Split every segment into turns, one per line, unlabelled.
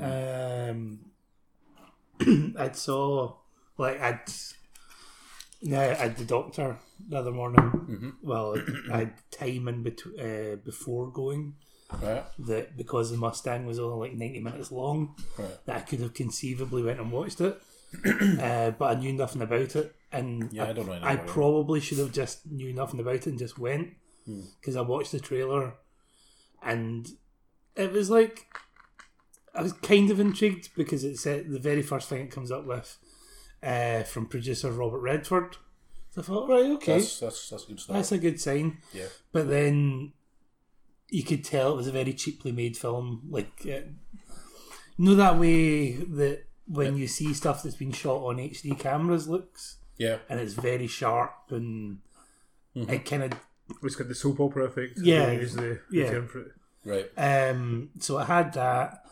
Um, I'd saw like I'd yeah I had the doctor the other morning. Well, I had time in between uh, before going
Right.
that because the Mustang was only like ninety minutes long
Right.
that I could have conceivably went and watched it, uh, but I knew nothing about it, and
Yeah, I don't know anything
I
about it.
probably should have just knew nothing about it and just went
Hmm.
because I watched the trailer, and it was like I was kind of intrigued because it said the very first thing it comes up with uh, from producer Robert Redford. So I thought, right, okay,
That's, that's that's good stuff.
that's a good sign.
yeah.
But then you could tell it was a very cheaply made film. Like, uh, you know that way that when you see stuff that's been shot on HD cameras looks,
Yeah.
and it's very sharp and it kind of
It's got the soap opera effect.
Yeah.
Is the,
Yeah.
the term for it.
Right.
Um, so it had that.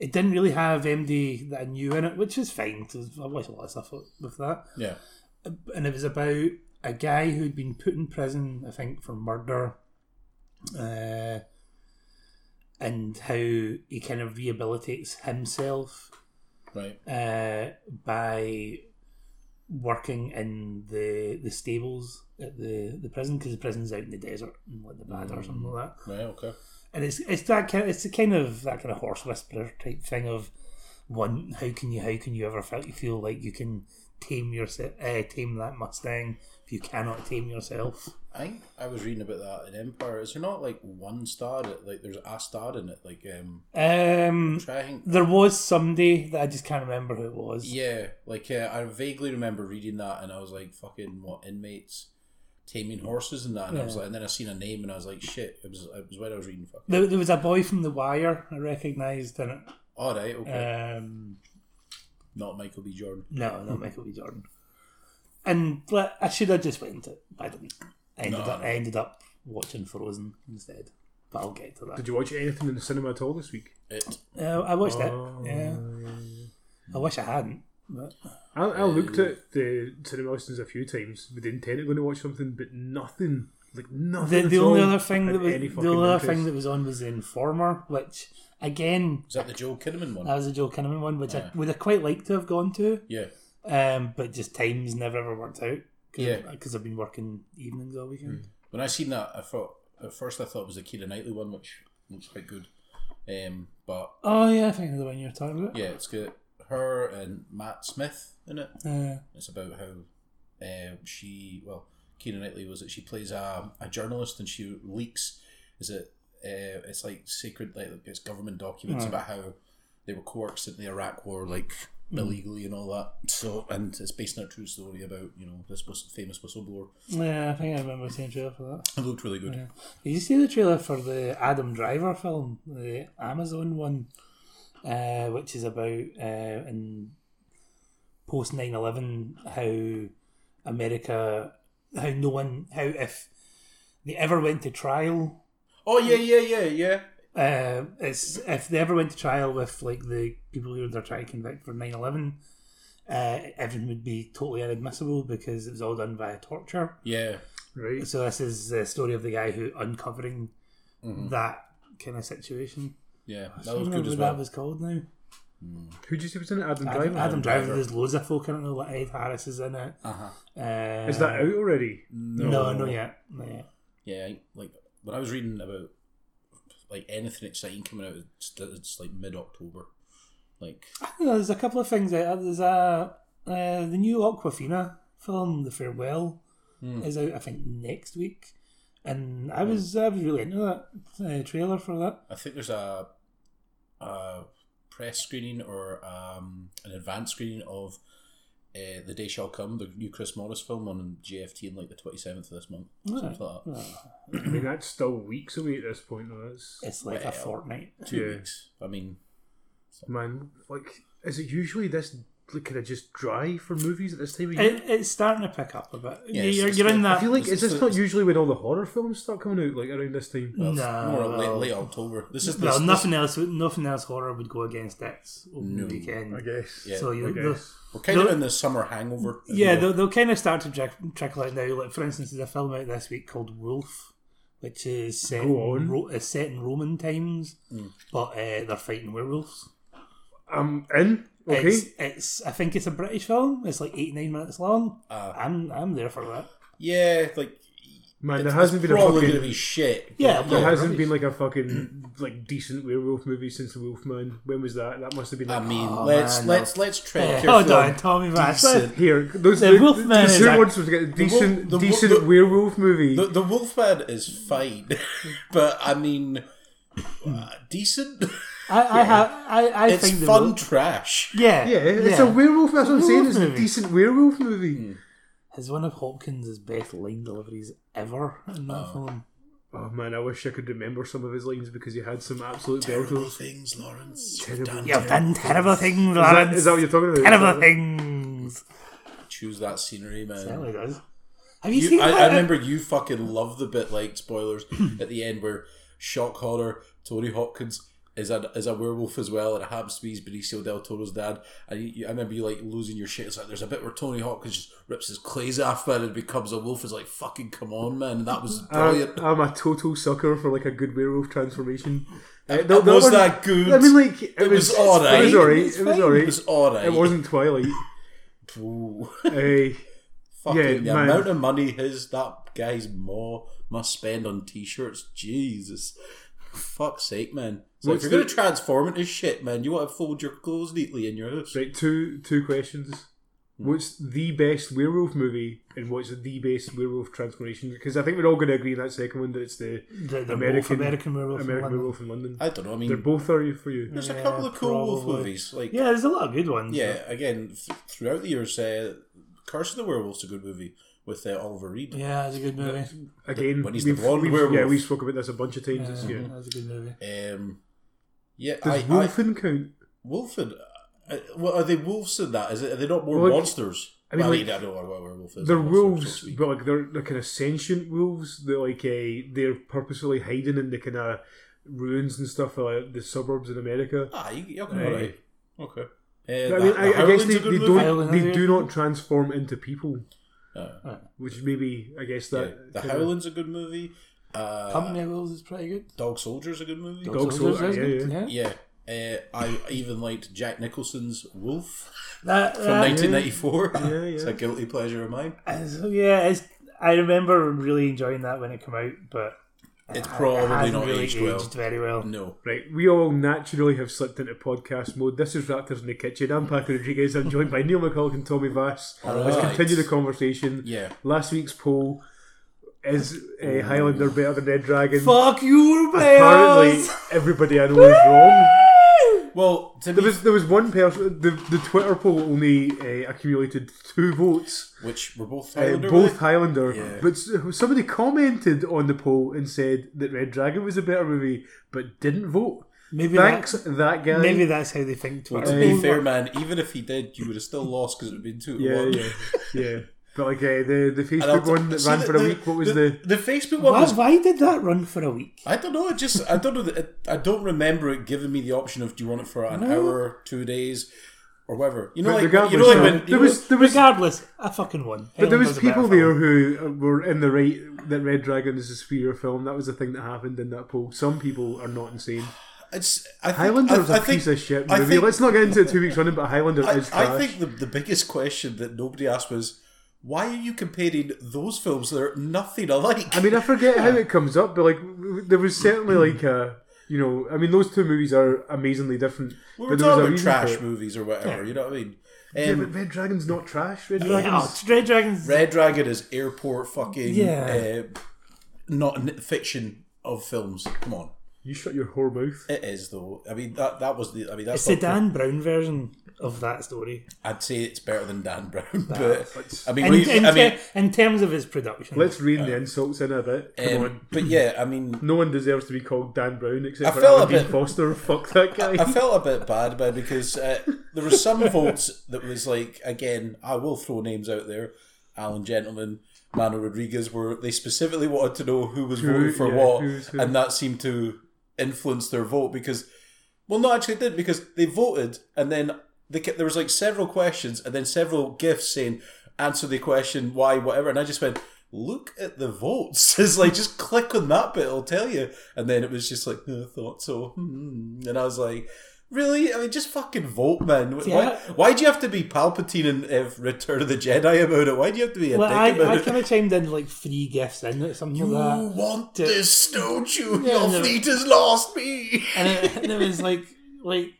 It didn't really have MD that I knew in it, which is fine because I watched a lot of stuff with that.
Yeah.
and it was about a guy who'd been put in prison, I think, for murder, uh, and how he kind of rehabilitates himself
Right.
uh, by working in the the stables at the, the prison because the prison's out in the desert and like the bad or something like that
Right. Okay.
and it's it's that kind it's the kind of that kind of horse whisperer type thing of one how can you how can you ever feel, feel like you can tame yourself uh, tame that Mustang if you cannot tame yourself
I think I was reading about that in Empire. Is there not like one star? That, like there's a star in it. Like um,
um
try I think.
there was somebody that I just can't remember who it was
Yeah. Like uh, I vaguely remember reading that, and I was like, "Fucking what inmates taming horses and that." And I was
Yeah.
like, and then I seen a name, and I was like, "Shit!" It was it was when I was reading. Fucking.
there, there was a boy from The Wire I recognised in it
All right. Okay.
um
not Michael B. Jordan.
no not Michael B Jordan and like, I should have just went to it but I didn't I ended
No,
up
no.
I ended up watching Frozen instead but I'll get to that
Did you watch anything in the cinema at all this week?
It.
Yeah, Uh, I watched
Oh,
it. Yeah. I wish I hadn't. But
I, I looked at the cinema listings a few times with the intent of going to watch something, but nothing. Like nothing.
the,
at
the only
all
other thing that
had
was
any
the
fucking
only other
interest.
thing that was on was the Informer, which again
Is that the Joel Kinnaman one?
that was a Joe Kinnaman one, which I would have quite liked to have gone to,
yeah.
um, but just times never ever worked out.
Yeah.
because I've been working evenings all weekend.
Hmm.
When I seen that, I thought at first I thought it was the Keira Knightley one, which looks quite good. Um, but
Oh yeah, I think I know the one you're talking about.
yeah, it's got her and Matt Smith in it.
Yeah.
It's about how um, she, well, Keira Knightley was it? She plays a, a journalist and she leaks. Is it? Uh, it's like secret, like it's government documents about how they were coerced into the Iraq War, like illegally and all that. So, and it's based on a true story about you know this was famous whistleblower.
yeah, I think I remember seeing a trailer for that.
It looked really good.
Yeah. Did you see the trailer for the Adam Driver film, the Amazon one, uh, which is about uh, in post 9-11 how America, how no one, how if they ever went to trial,
Oh yeah, yeah, yeah, yeah.
uh, it's if they ever went to trial with like the people who they're trying to convict for 9-11, uh, everything would be totally inadmissible because it was all done via torture.
Yeah,
Right.
So this is the story of the guy who uncovering that kind of situation.
yeah.
I
Mm-hmm. That
don't
was good
remember what
as well.
that was called now.
Who did you say was in it? Adam
Adam,
Driver.
Adam Driver.
Driver.
There's loads of folk in it now. Like Ed Harris is in it.
Uh-huh.
Uh,
Is that out already?
No, no, yet. Not yet.
Yeah, I- like when I was reading about like anything exciting coming out, it's, it's like mid October. Like
I don't know, there's a couple of things out. there. There's a uh, the new Aquafina film, The Farewell,
Hmm.
is out. I think next week. And I was I was really into that uh, trailer for that.
I think there's a a press screening or um, an advanced screening of uh, the day shall come, the new Chris Morris film on GFT on like the twenty seventh of this month. Something like that.
I mean, that's still weeks away at this point. Though. That's
Uh, It's like a
Well.
fortnight.
Two
Yeah.
weeks. I mean,
man. Like, is it usually this like, kind of just dry for movies at this time of year?
It, it's starting to pick up a bit.
Yeah, it's-
you're,
it's
you're in
good.
that.
I feel like is this
it's-
not usually when all the horror films start coming out like around this time?
well, it's
No,
more late,
Uh, well.
late October. This is
Well,
this,
nothing else. Nothing else horror would go against this opening weekend.
I guess.
Yeah.
So you,
I
they'll-
guess.
We're kind of
No.
in the summer hangover. as
yeah,
well.
they'll, they'll kind of start to trick, trickle out now. Like for instance, there's a film out this week called Wolf, which is set in,
Go on.
Ro- is
Hmm.
set in Roman times, but uh, they're fighting werewolves.
I'm in. Okay.
It's, it's I think it's a British film. It's like eight nine minutes long.
Ah.
I'm I'm there for that.
Yeah, like
Man, there
it's
hasn't been a
probably going to
fucking.
be shit.
Yeah, there
but
There
yeah,
hasn't
rubbish.
been like a fucking like decent werewolf movie since the Wolfman. When was that? That must have been.
I
Like,
mean,
Oh,
let's
man, Oh,
let's let's tread
Hold
carefully.
on, Tommy Ratcliffe.
Decent.
here those
The
the, the,
Wolfman is
two
a-
ones was to get a decent,
the Wolf-
decent
the-
werewolf movie.
The, the Wolfman is fine, but I mean, uh, decent.
I, I have I, I
it's
think the
fun
Wolf-
trash.
yeah,
yeah, it's a werewolf. That's what I'm saying. It's a decent werewolf movie.
Hmm.
It's one of Hopkins' best line deliveries ever in that film.
Oh man, I wish I could remember some of his lines because he had some absolute belters.
things, Lawrence.
Terrible. done
You've done terrible things,
Is
Lawrence.
that, is that what you're talking about?
terrible things.
Choose that scenery,
Certainly
man.
does. Have you,
You-
seen
I,
that?
I remember you fucking love the bit like spoilers at the end where shock horror Tony Hopkins is a is a werewolf as well and it happens to be his Benicio del Toro's dad. And you, you- I remember you like losing your shit. It's like there's a bit where Tony Hopkins just rips his clays off man and becomes a wolf. It's like fucking come on, man. That was
I'm,
brilliant.
I'm a total sucker for like a good werewolf transformation. Uh,
It was that good.
I mean, like it,
It was
was
alright.
It was alright.
It was
It was
fine.
it
alright.
was alright.
It wasn't Twilight.
Ooh.
Eh,
Fucking
Yeah,
the
man.
amount of money his that guy's maw must spend on t-shirts, Jesus, fuck's sake, man! It's like, if
What's
you're
the-
gonna transform into shit, man, you want to fold your clothes neatly in your house.
right, two two questions.
Hmm.
What's the best werewolf movie, and what's the best werewolf transformation? Because I think we're all going to agree in that second one that it's the
the, the
American
Wolf, American Werewolf. in
American
London.
werewolf in London.
I don't know. I mean,
They're both are for you.
there's a
Yeah,
couple of cool wolf
probably.
movies. Like, yeah,
Yeah, there's a lot of good ones.
again, th- throughout the years, uh, Curse of the Werewolf's a good movie with uh, Oliver Reed.
Yeah, it's a good movie.
Again,
when he's the
we've-
blonde
we've-
werewolf.
yeah, we spoke about this a bunch of times.
Yeah,
It's, yeah.
That's a good movie.
Um, yeah,
Does
I, I,
Wolfen count?
Wolfen. Uh, well, are they wolves in that? Is it? Are they not more
Well,
monsters?
I mean,
Well,
like,
I don't know what a werewolf is.
They're
a monster, so to
wolves,
speak.
but like they're, they're kind of sentient wolves. They're like uh, they're purposefully hiding in the kind of ruins and stuff of like, the suburbs in America.
Ah, you, you're
Aye.
right. Okay.
But I mean, I, I guess they, they don't
Howling's a
they
good
do not transform into people,
Uh,
which maybe I guess that
the
kinda-
Howling's a good movie. Uh,
Company of Wolves is pretty good.
Dog Soldier's a good movie.
Dog- Soldier,
is
yeah,
good,
Yeah.
yeah.
Uh, I even liked Jack Nicholson's Wolf
That, uh,
from
that-
1994.
Yeah,
It's
yeah.
a guilty pleasure of mine.
So, yeah, it's, I remember really enjoying that when it came out, but
It's
it
probably
hasn't
not
really
aged, well. Mm.
very well.
No.
Right, we all naturally have slipped into podcast mode. This is Raptors in the Kitchen. I'm Paco Rodriguez. I'm joined by Neil McCulloch and Tommy Vass. Let's
Alright.
continue the conversation.
Yeah.
Last week's poll is uh, Highlander better than Red Dragon?
Fuck you,
Apparently,
players!
everybody I know is wrong.
Well, to
There
me,
was there was one person. The, the Twitter poll only uh, accumulated two votes.
which were both
Uh,
Highlander.
both
were
Highlander,
Yeah.
but s- somebody commented on the poll and said that Red Dragon was a better movie, but didn't vote.
Maybe
Thanks,
that-
that, guy.
Maybe that's how they think
they?
Twitter.
to be
is.
fair, man, even if he did, you would have still lost because it would have been two to
yeah,
one.
yeah, yeah. But like uh, the the
And I'll
Facebook
t-
one that
see,
ran
the-
for a
the-
week. What was the?
the Facebook one
why,
was
why did that run for a week?
I don't know. It just I don't know. that- It, I don't remember it giving me the option of do you want it for an hour, two days, or whatever. You know,
But
like
regardless,
you know, like
no,
when you
there
know-
was there was
Regardless, I fucking won.
But there was
Helen does a
people
better film.
there who uh, were in the right that Red Dragon is a superior film. That was the thing that happened in that poll. Some people are not insane.
it's I think,
Highlander is
I, I
a
think,
piece of shit
I
movie.
think-
Let's not get into it two weeks running, but Highlander
I,
is
I
trash.
think the, the biggest question that nobody asked was why are you comparing those films that are nothing alike?
I mean, I forget how it comes up, but like w- there was certainly like a you know, I mean, those two movies are amazingly different.
we
but
were
there was a
talking about
reason
trash
for it.
movies or whatever. You know what I mean?
Yeah,
Um,
but Red Dragon's not trash. Red
Yeah,
Dragon's
oh, Red Dragons.
Red Dragon is airport fucking
Yeah.
uh, not n- fiction of films. Come on.
you shut your whore mouth.
It is though. I mean that that was the. I mean that's
it's the
not-
Dan Brown version of that story.
I'd say it's better than Dan Brown, but I mean,
In,
we-
in,
I mean,
ter- in terms of his production.
Let's rein the insults in a bit. Come
Uh, um,
on.
but yeah, I mean,
No one deserves to be called Dan Brown except
I
for
felt a
Alan Dean
bit-
Foster. Fuck that guy.
I felt a bit bad about it because uh, there were some votes that was like, again, I will throw names out there, Alan Gentleman, Mano Rodriguez, where they specifically wanted to know who was
Who-
voting for
yeah,
what,
who's who.
and that seemed to influence their vote because, well, no, actually, it did because they voted and then they kept, there was like several questions and then several gifts saying answer the question why whatever, and I just went. Look at the votes. It's like just click on that bit; it'll tell you. And then it was just like, "Oh, I thought so. Hmm. And I was like, Really? I mean, just fucking vote, man. Why,
See, I-
why do you have to be Palpatine and uh, Return of the Jedi about it? Why do you have to be a
Well,
dick
I,
about
I
it?
kind of chimed in like three gifts in or something
you
like that.
want
to-
this, don't you?
Yeah,
Your
no.
fleet has lost me.
And it, and it was like, like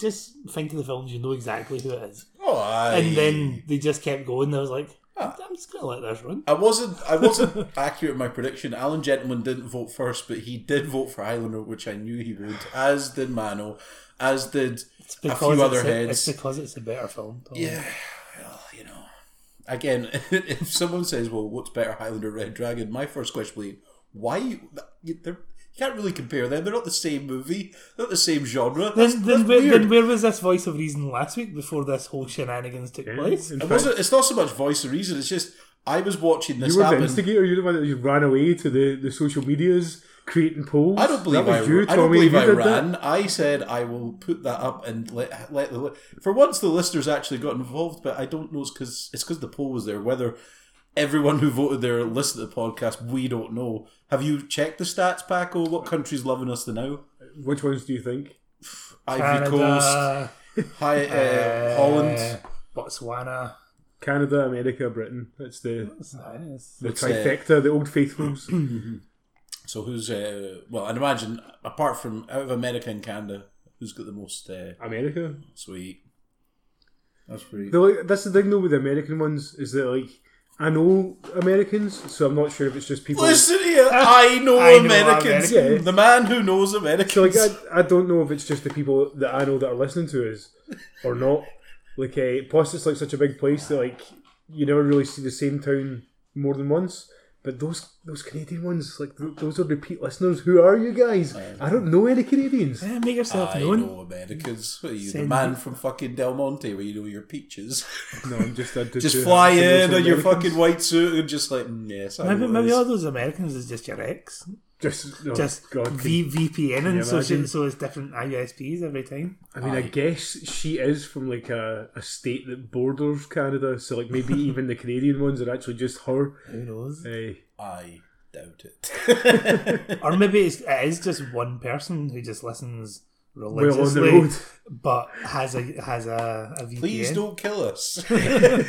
just think of the films, you know exactly who it is.
Oh, aye.
And then they just kept going. I was like,
Ah.
I'm just gonna let this run.
I wasn't I wasn't accurate in my prediction. Alan Gentleman didn't vote first, but he did vote for Highlander, which I knew he would, as did Mano, as did
It's
a
because
few other
it's A, it's
heads.
because it's a better film. Tom.
Yeah, well, you know. Again, if someone says, "Well, what's better, Highlander, or Red Dragon?" My first question will be, "Why? You, you- they're, you can't really compare them. They're not the same movie. They're not the same genre. That's,
Then,
that's
then, where,
weird.
then where was this voice of reason last week before this whole shenanigans took place?
In
it
fact,
wasn't. It's not so much voice of reason. It's just I was watching this
you were the
happen.
instigator. You're the one that just ran away to the, the social medias, creating polls.
I don't believe
that
I,
was you,
I
Tommy.
don't believe
you
I
did
ran.
That.
I said I will put that up and let let the li- for once the listeners actually got involved, but I don't know it's because it's because the poll was there. Whether everyone who voted there listened to the podcast, we don't know. Have you checked the stats, Paco? What country's loving us the now?
Which ones do you think?
Ivory Coast,
Canada,
hi, uh, Holland.
uh, Botswana.
Canada, America, Britain. That's the
That's nice.
the
It's, uh,
trifecta, the old faithfuls.
So who's uh, well? I'd imagine apart from out of America and Canada, who's got the most uh,
America.
sweet? That's pretty.
The, like, that's the thing though with the American ones is that like I know Americans, so I'm not sure if it's just people.
Listen here, I know
I know
Americans.
Americans.
The man who knows
So like
Americans.
I, I don't know if it's just the people that I know that are listening to us or not. Like uh, plus it's like such a big place that like you never really see the same town more than once. But those those Canadian ones, like th- those are repeat listeners. Who are you guys? I don't know any Canadians.
Yeah, make yourself
I
known.
know Americans. What are you, the
Send
man
me-
from fucking Del Monte where you know your peaches?
No, I'm just I
just fly in on your fucking white suit and just like, mm, yes, I
Maybe,
know
maybe
this.
all those Americans is just your ex.
just oh,
Just
God. can-
v- VPN and so, she,
imagine?
so it's different ISPs every time.
I mean, I guess she is from like a, a state that borders Canada, so like maybe even the Canadian ones are actually just her.
Who knows?
Uh,
I doubt it.
Or maybe it's, it is just one person who just listens
well on the
religiously,
road.
but has a has a, a VPN.
Please don't kill us.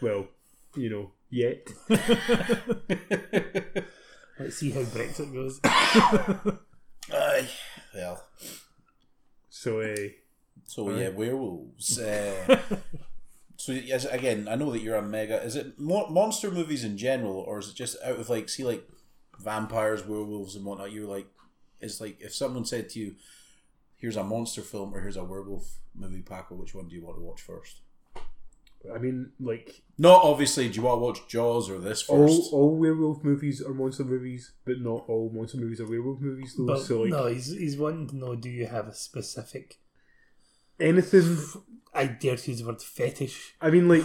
Well, you know, yet.
Let's see how Brexit goes.
Oh,
Aye. Well,
So uh,
so yeah, werewolves. Uh, so yes, again, I know that you're a mega. Is it mo- monster movies in general, or is it just out of like see like vampires, werewolves, and whatnot? You're like, it's like if someone said to you, "Here's a monster film" or "Here's a werewolf movie," Paco, which one do you want to watch first?
I mean, like
Not obviously. Do you want to watch Jaws or this
all
first?
all werewolf movies are monster movies, but not all monster movies are werewolf movies. Though,
But
so like
no, he's he's wanting to know: Do you have a specific?
anything.
I dare to use the word fetish.
I mean, like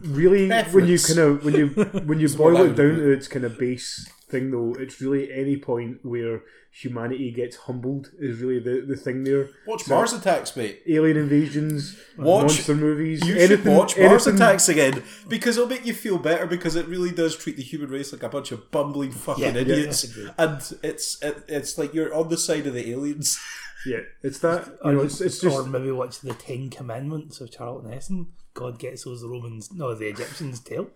really, when you
Preference.
kind of when you when you
more
boil it
likely to
down
be-
to its kind of base thing, though, it's really any point where humanity gets humbled is really the the thing there.
Watch Mars Attacks, mate.
alien invasions,
Watch-
monster movies.
You
anything,
should watch Mars
anything-
Attacks again because it'll make you feel better because it really does treat the human race like a bunch of bumbling fucking
Yeah, yeah,
idiots,
I agree.
and it's it, it's like you're on the side of the aliens.
Yeah, it's that. You know, it's, it's just.
or maybe watch the Ten Commandments of Charlton Heston. God gets those Romans, no, the Egyptians' tail.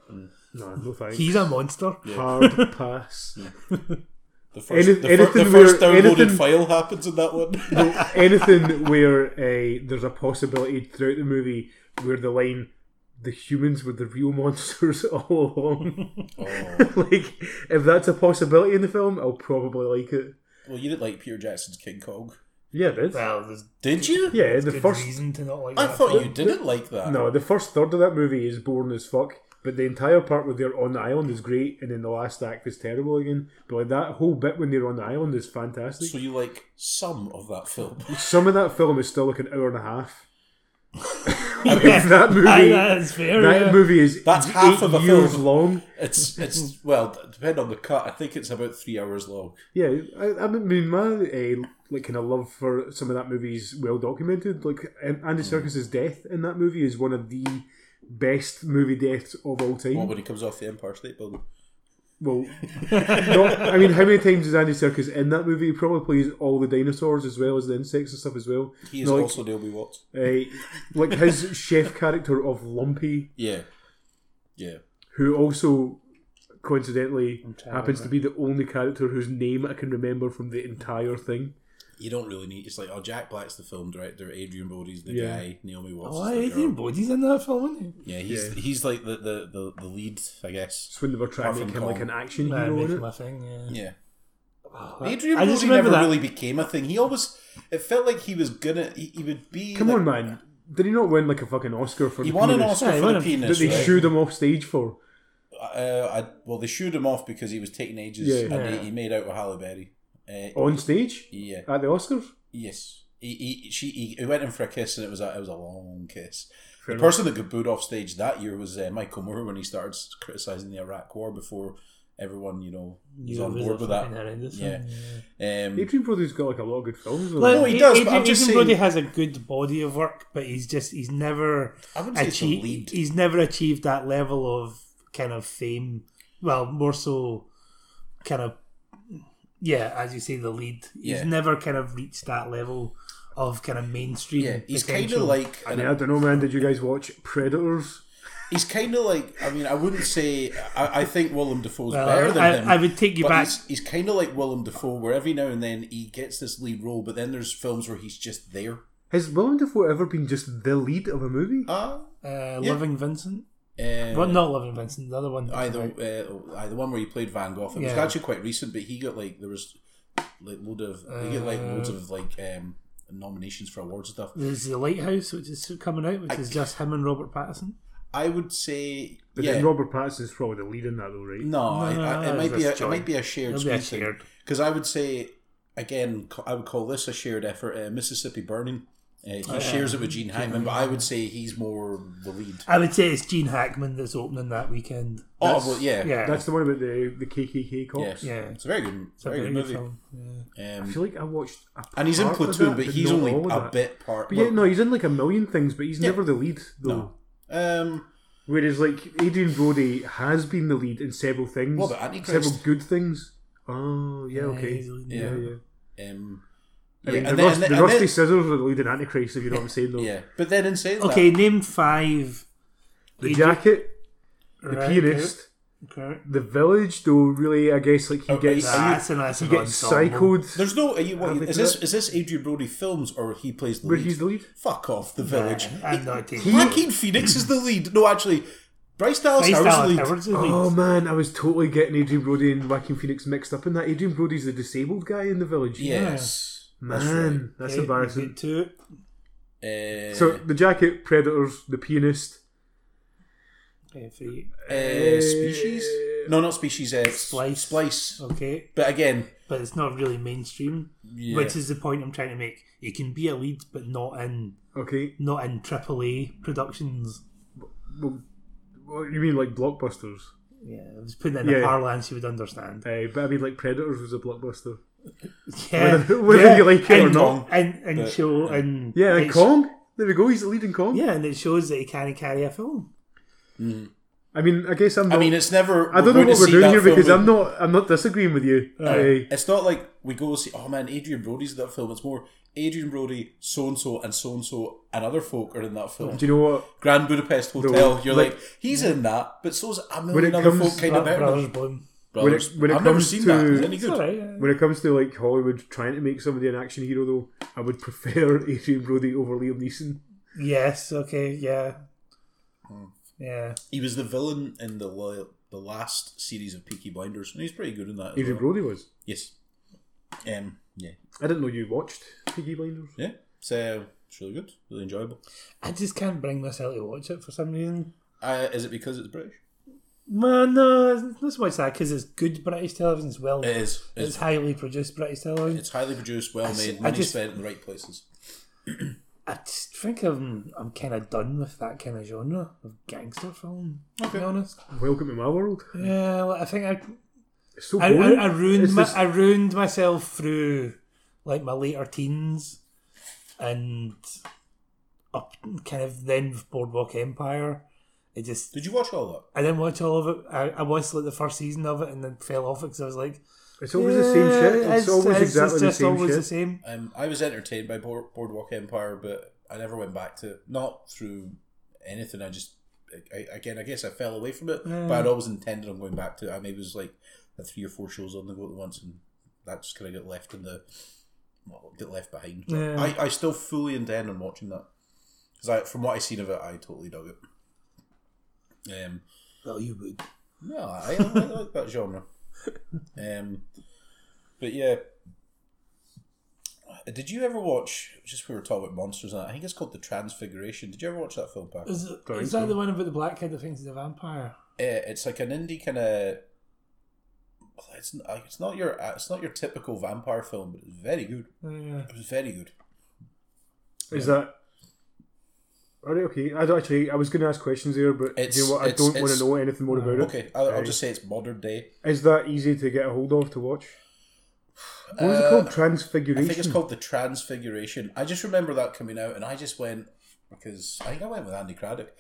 No, no thanks.
He's a monster.
Hard pass.
The first,
Any-
the fir- the
anything
first
where-
downloaded
anything-
file happens in that one.
Anything where uh, there's a possibility throughout the movie where the line, the humans were the real monsters all along.
Oh.
like, if that's a possibility in the film, I'll probably like it.
well, you didn't like Peter Jackson's King Kong,
Yeah, it is.
Well, there's
did you?
Yeah, the
good
first.
reason to not like
I
that.
thought you didn't like that.
No, the first third of that movie is boring as fuck, but the entire part where they're on the island is great, and then the last act is terrible again. But like that whole bit when they're on the island is fantastic.
So you like some of that film?
Some of that film is still like an hour and a half.
Yeah,
that movie-
aye, that's fair.
That
yeah.
movie is
That's
eight
half of a
years
film.
long.
It's it's well, depending on the cut, I think it's about three hours long.
Yeah, I, I mean, my uh, like kind of love for some of that movie is well documented. Like and Andy Serkis's death in that movie is one of the best movie deaths of all time.
Well, when he comes off the Empire State Building.
Well, not, I mean, how many times is Andy Serkis in that movie? He probably plays all the dinosaurs as well as the insects and stuff as well.
He is
No, like-
also Naomi Watts.
Uh, like his chef character of Lumpy,
Yeah, yeah.
who also coincidentally
trying to
happens to be the only character whose name I can remember from the entire thing.
You don't really need. It's like oh, Jack Black's the film director, Adrian Brody's the
Yeah.
guy, Naomi Watts.
Oh,
is the girl.
Adrian Brody's in that film, isn't he?
Yeah, he's he's like the, the, the, the lead, I guess.
It's when they were trying to
Apart
make
from
him like
Kong.
an action
Nah,
hero.
making
In
my
it.
thing, yeah.
Yeah.
Oh,
Adrian
I just
Brody
remember
never
that.
really became a thing. He always it felt like he was gonna he, he would be
Come
like-
on, man! Did he not win like a fucking Oscar for?
He
the
won an
penis
Oscar
Yeah, he
for
won
the
a-
penis.
that they
right?
shooed him off stage for?
Uh, I, well, they shooed him off because he was taking ages,
Yeah. Oh.
and He, he made out with Halle Berry. Uh,
On stage
Yeah.
at the Oscars.
Yes. He, he, she, he, he went in for a kiss, and it was a, it was a long kiss. the
Fair enough.
person that got booed off stage that year was uh, Michael Moore when he started criticizing the Iraq War before everyone, you know, was
Yeah,
on
it was
board
a
with that.
fucking horrendous
Yeah.
film,
Um,
Adrian Brody's got like a lot of good films. though.
Well,
No, he
A-
does, but
Adrian,
I'm just
Adrian Brody
saying-
has a good body of work, but he's just he's never
I wouldn't say it's a lead.
achieved. He's never achieved that level of kind of fame. Well, more so, kind of yeah, as you say, the lead.
Yeah.
He's never kind of reached that level of kind of mainstream.
yeah, he's kind of
potential.
like
I mean, I don't know, man. Did you guys watch Predators?
he's kind of like. I mean, I wouldn't say. I, I think Willem Dafoe's
Well,
better than
I,
him.
I would take you
but
back.
he's, he's kind of like Willem Dafoe, where every now and then he gets this lead role, but then there's films where he's just there.
Has Willem Dafoe ever been just the lead of a movie?
Ah,
Uh, Loving Vincent,
uh,
but not Loving Vincent. The other one.
Either uh, aye, the one where he played Van Gogh. It was
Yeah.
actually quite recent, but he got like there was like load of he got like loads of like um, nominations for awards and stuff.
There's the Lighthouse, which is coming out, which is just him and Robert Pattinson.
I would say
But
yeah.
then Robert Pattinson's probably the lead in that, though, right?
no, I, I, it
no,
might be a,
that's
it might be a shared
It'll be a
screen thing.
shared.
because I would say again ca- I would call this a shared effort. Uh, Mississippi Burning. Uh, he shares it with Gene Hackman, but I would say he's more the lead.
I would say it's Gene Hackman that's opening that weekend.
Oh well, yeah,
Yeah,
That's the one about the the KKK cops.
yes.
Yeah.
It's a very good,
It's a
very good
very good
movie.
film. Yeah.
I
Um,
feel like I watched. A
and he's in
part of
Platoon,
that,
but he's
not
only
all of
a
that.
bit part.
But yeah,
well,
no, he's in like a million things, but he's never the lead though.
Um,
Whereas like Adrian Brody has been the lead in several things,
Well, but Antichrist-
several good things. Oh yeah, okay,
he's the lead,
yeah,
yeah.
yeah.
Um,
I mean,
yeah,
the,
and then-
Rust-
and then-
the
and
Rusty
then-
Scissors are the lead in Antichrist, if you know what I'm saying. Though
yeah, but then in saying
Okay,
that,
name five.
the
Adrian-
jacket, the
Right,
pianist,
okay.
the village. Though really, I guess like he
Oh,
gets
nah,
That's an that's
he
an
gets
ensemble.
psychoed.
there's no. Are you, what,
Have they
is
done
this
it?
is this Adrian Brody films or he plays the
Where
lead?
he's the lead.
Fuck off, the village.
I'm not taking it.
Joaquin Phoenix is the lead. No, actually, Bryce Dallas
Bryce
Howard's the
Dallas
lead.
Howard's the lead.
Oh man, I was totally getting Adrian Brody and Joaquin Phoenix mixed up in that. Adrian Brody's the disabled guy in the village.
Yes, that's right.
man, that's,
Okay,
embarrassing.
we've got Two.
Uh,
So the jacket, predators, the pianist,
Okay, three.
uh, species? No, not species. Uh,
Splice.
Splice.
Okay,
But again,
but it's not really mainstream,
yeah.
which is the point I'm trying to make. You can be a lead, but not in
okay.
not in AAA productions.
Well, what you mean like blockbusters?
Yeah, I was putting it in
Yeah.
a parlance you would understand.
Uh, but I mean like predators was a blockbuster.
Yeah,
Whether- whether
yeah.
you like it or
and,
not.
and and show and
Yeah, and
it sh-
Kong. There we go. He's the leading Kong.
Yeah, and it shows that he can carry a film.
I mean, I guess I'm. Not,
I mean, it's never.
I don't know
going to
what we're
see
doing
that
here
film
because
with-
I'm not. I'm not disagreeing with you. Uh,
It's not like we go see, oh man, Adrian Brody's in that film. It's more Adrian Brody, so and so, and so and so, and other folk are in that film.
do you know what?
Grand Budapest Hotel.
No,
You're
like-
like, he's in that, but so's a
When
million
it
other
comes-
folk kind of
Bra-
better.
Brothers
than
Bloom.
Brothers.
when it
I've never
comes
seen
to-
that. Is it any
It's
good?
alright, yeah.
When it comes to like Hollywood trying to make somebody an action hero, though, I would prefer Adrian Brody over Liam Neeson.
Yes, okay, yeah. Yeah.
He was the villain in the li- the last series of Peaky Blinders, and he's pretty good in that. As
Adrian
well.
Brody was.
Yes. Um. Yeah.
I didn't know you watched Peaky Blinders.
Yeah. So it's really good, really enjoyable.
I just can't bring myself to watch it for some reason.
Uh, is it because it's British?
Well, no, it's not so much that because it's good British television. It's well,
It
it's,
is. It's,
highly produced British television.
it's highly produced, well made,
I
money
just-
spent in the right places.
I just think I'm I'm kind of done with that kind of genre of gangster film. To be honest,
Welcome to my world.
yeah, like, I think I
It's so
I,
boring.
I, I ruined
It's
my,
just-
I ruined myself through like my later teens and up kind of then with Boardwalk Empire It just
Did you watch all that?
I didn't watch all of it. I, I watched like the first season of it and then fell off it because I was like,
It's always the same shit. It's, always exactly
just
the same
always
shit.
the same.
Um, I was entertained by Board- Boardwalk Empire, but I never went back to it. Not through anything. I just, I, again, I guess I fell away from it.
Yeah.
But I'd always intended on going back to it. I maybe was like had three or four shows on the go at once, and that just kind of got left in the, well, get left behind. But
Yeah.
I, I still fully intend on watching that because I, from what I seen of it, I totally dug it. Um,
Well, you would.
no, I, I like that genre. Um, but yeah, did you ever watch? Just we were talking about monsters, and that, I think it's called The Transfiguration. Did you ever watch that film? Pack? Uh,
Is, it-
Sorry,
is that
so-
the one about the black kid that thinks he's a vampire?
Uh, it's like an indie kind of. It's n- like, it's not your uh, it's not your typical vampire film, but it's very good.
Oh, Yeah.
It was very good.
Is that? All right, okay. I don't actually. I was going to ask questions there, but
It's-
you know what? I
it's-
don't want
it's- uh,
to know anything more about it.
Okay, I'll, I'll
Right.
just say it's modern day.
Is that easy to get a hold of to watch? What was it called? Transfiguration.
Uh, I think it's called The Transfiguration. I just remember that coming out, and I just went because I think I went with Andy Craddock,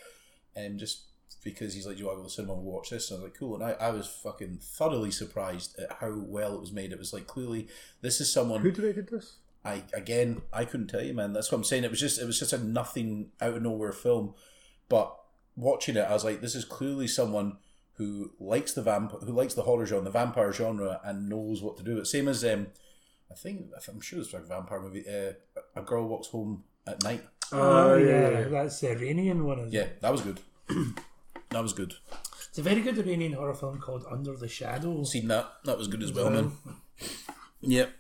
and just because he's like, "Do I go to the cinema and watch this?" And I was like, "Cool." And I, I was fucking thoroughly surprised at how well it was made. It was like clearly this is someone
Who directed this?
I again, I couldn't tell you, man. That's what I'm saying. It was just, it was just a nothing out of nowhere film. But watching it, I was like, this is clearly someone who likes the vamp, who likes the horror genre, the vampire genre, and knows what to do. It's same as um, I think I'm sure it's a vampire movie. Uh, a girl walks home at night.
Oh,
Uh,
yeah, that's the Iranian one. Is it?
Yeah, that was good. that was good.
It's a very good Iranian horror film called Under the Shadows.
Seen that? That was good as well, man.
uh,
Yep,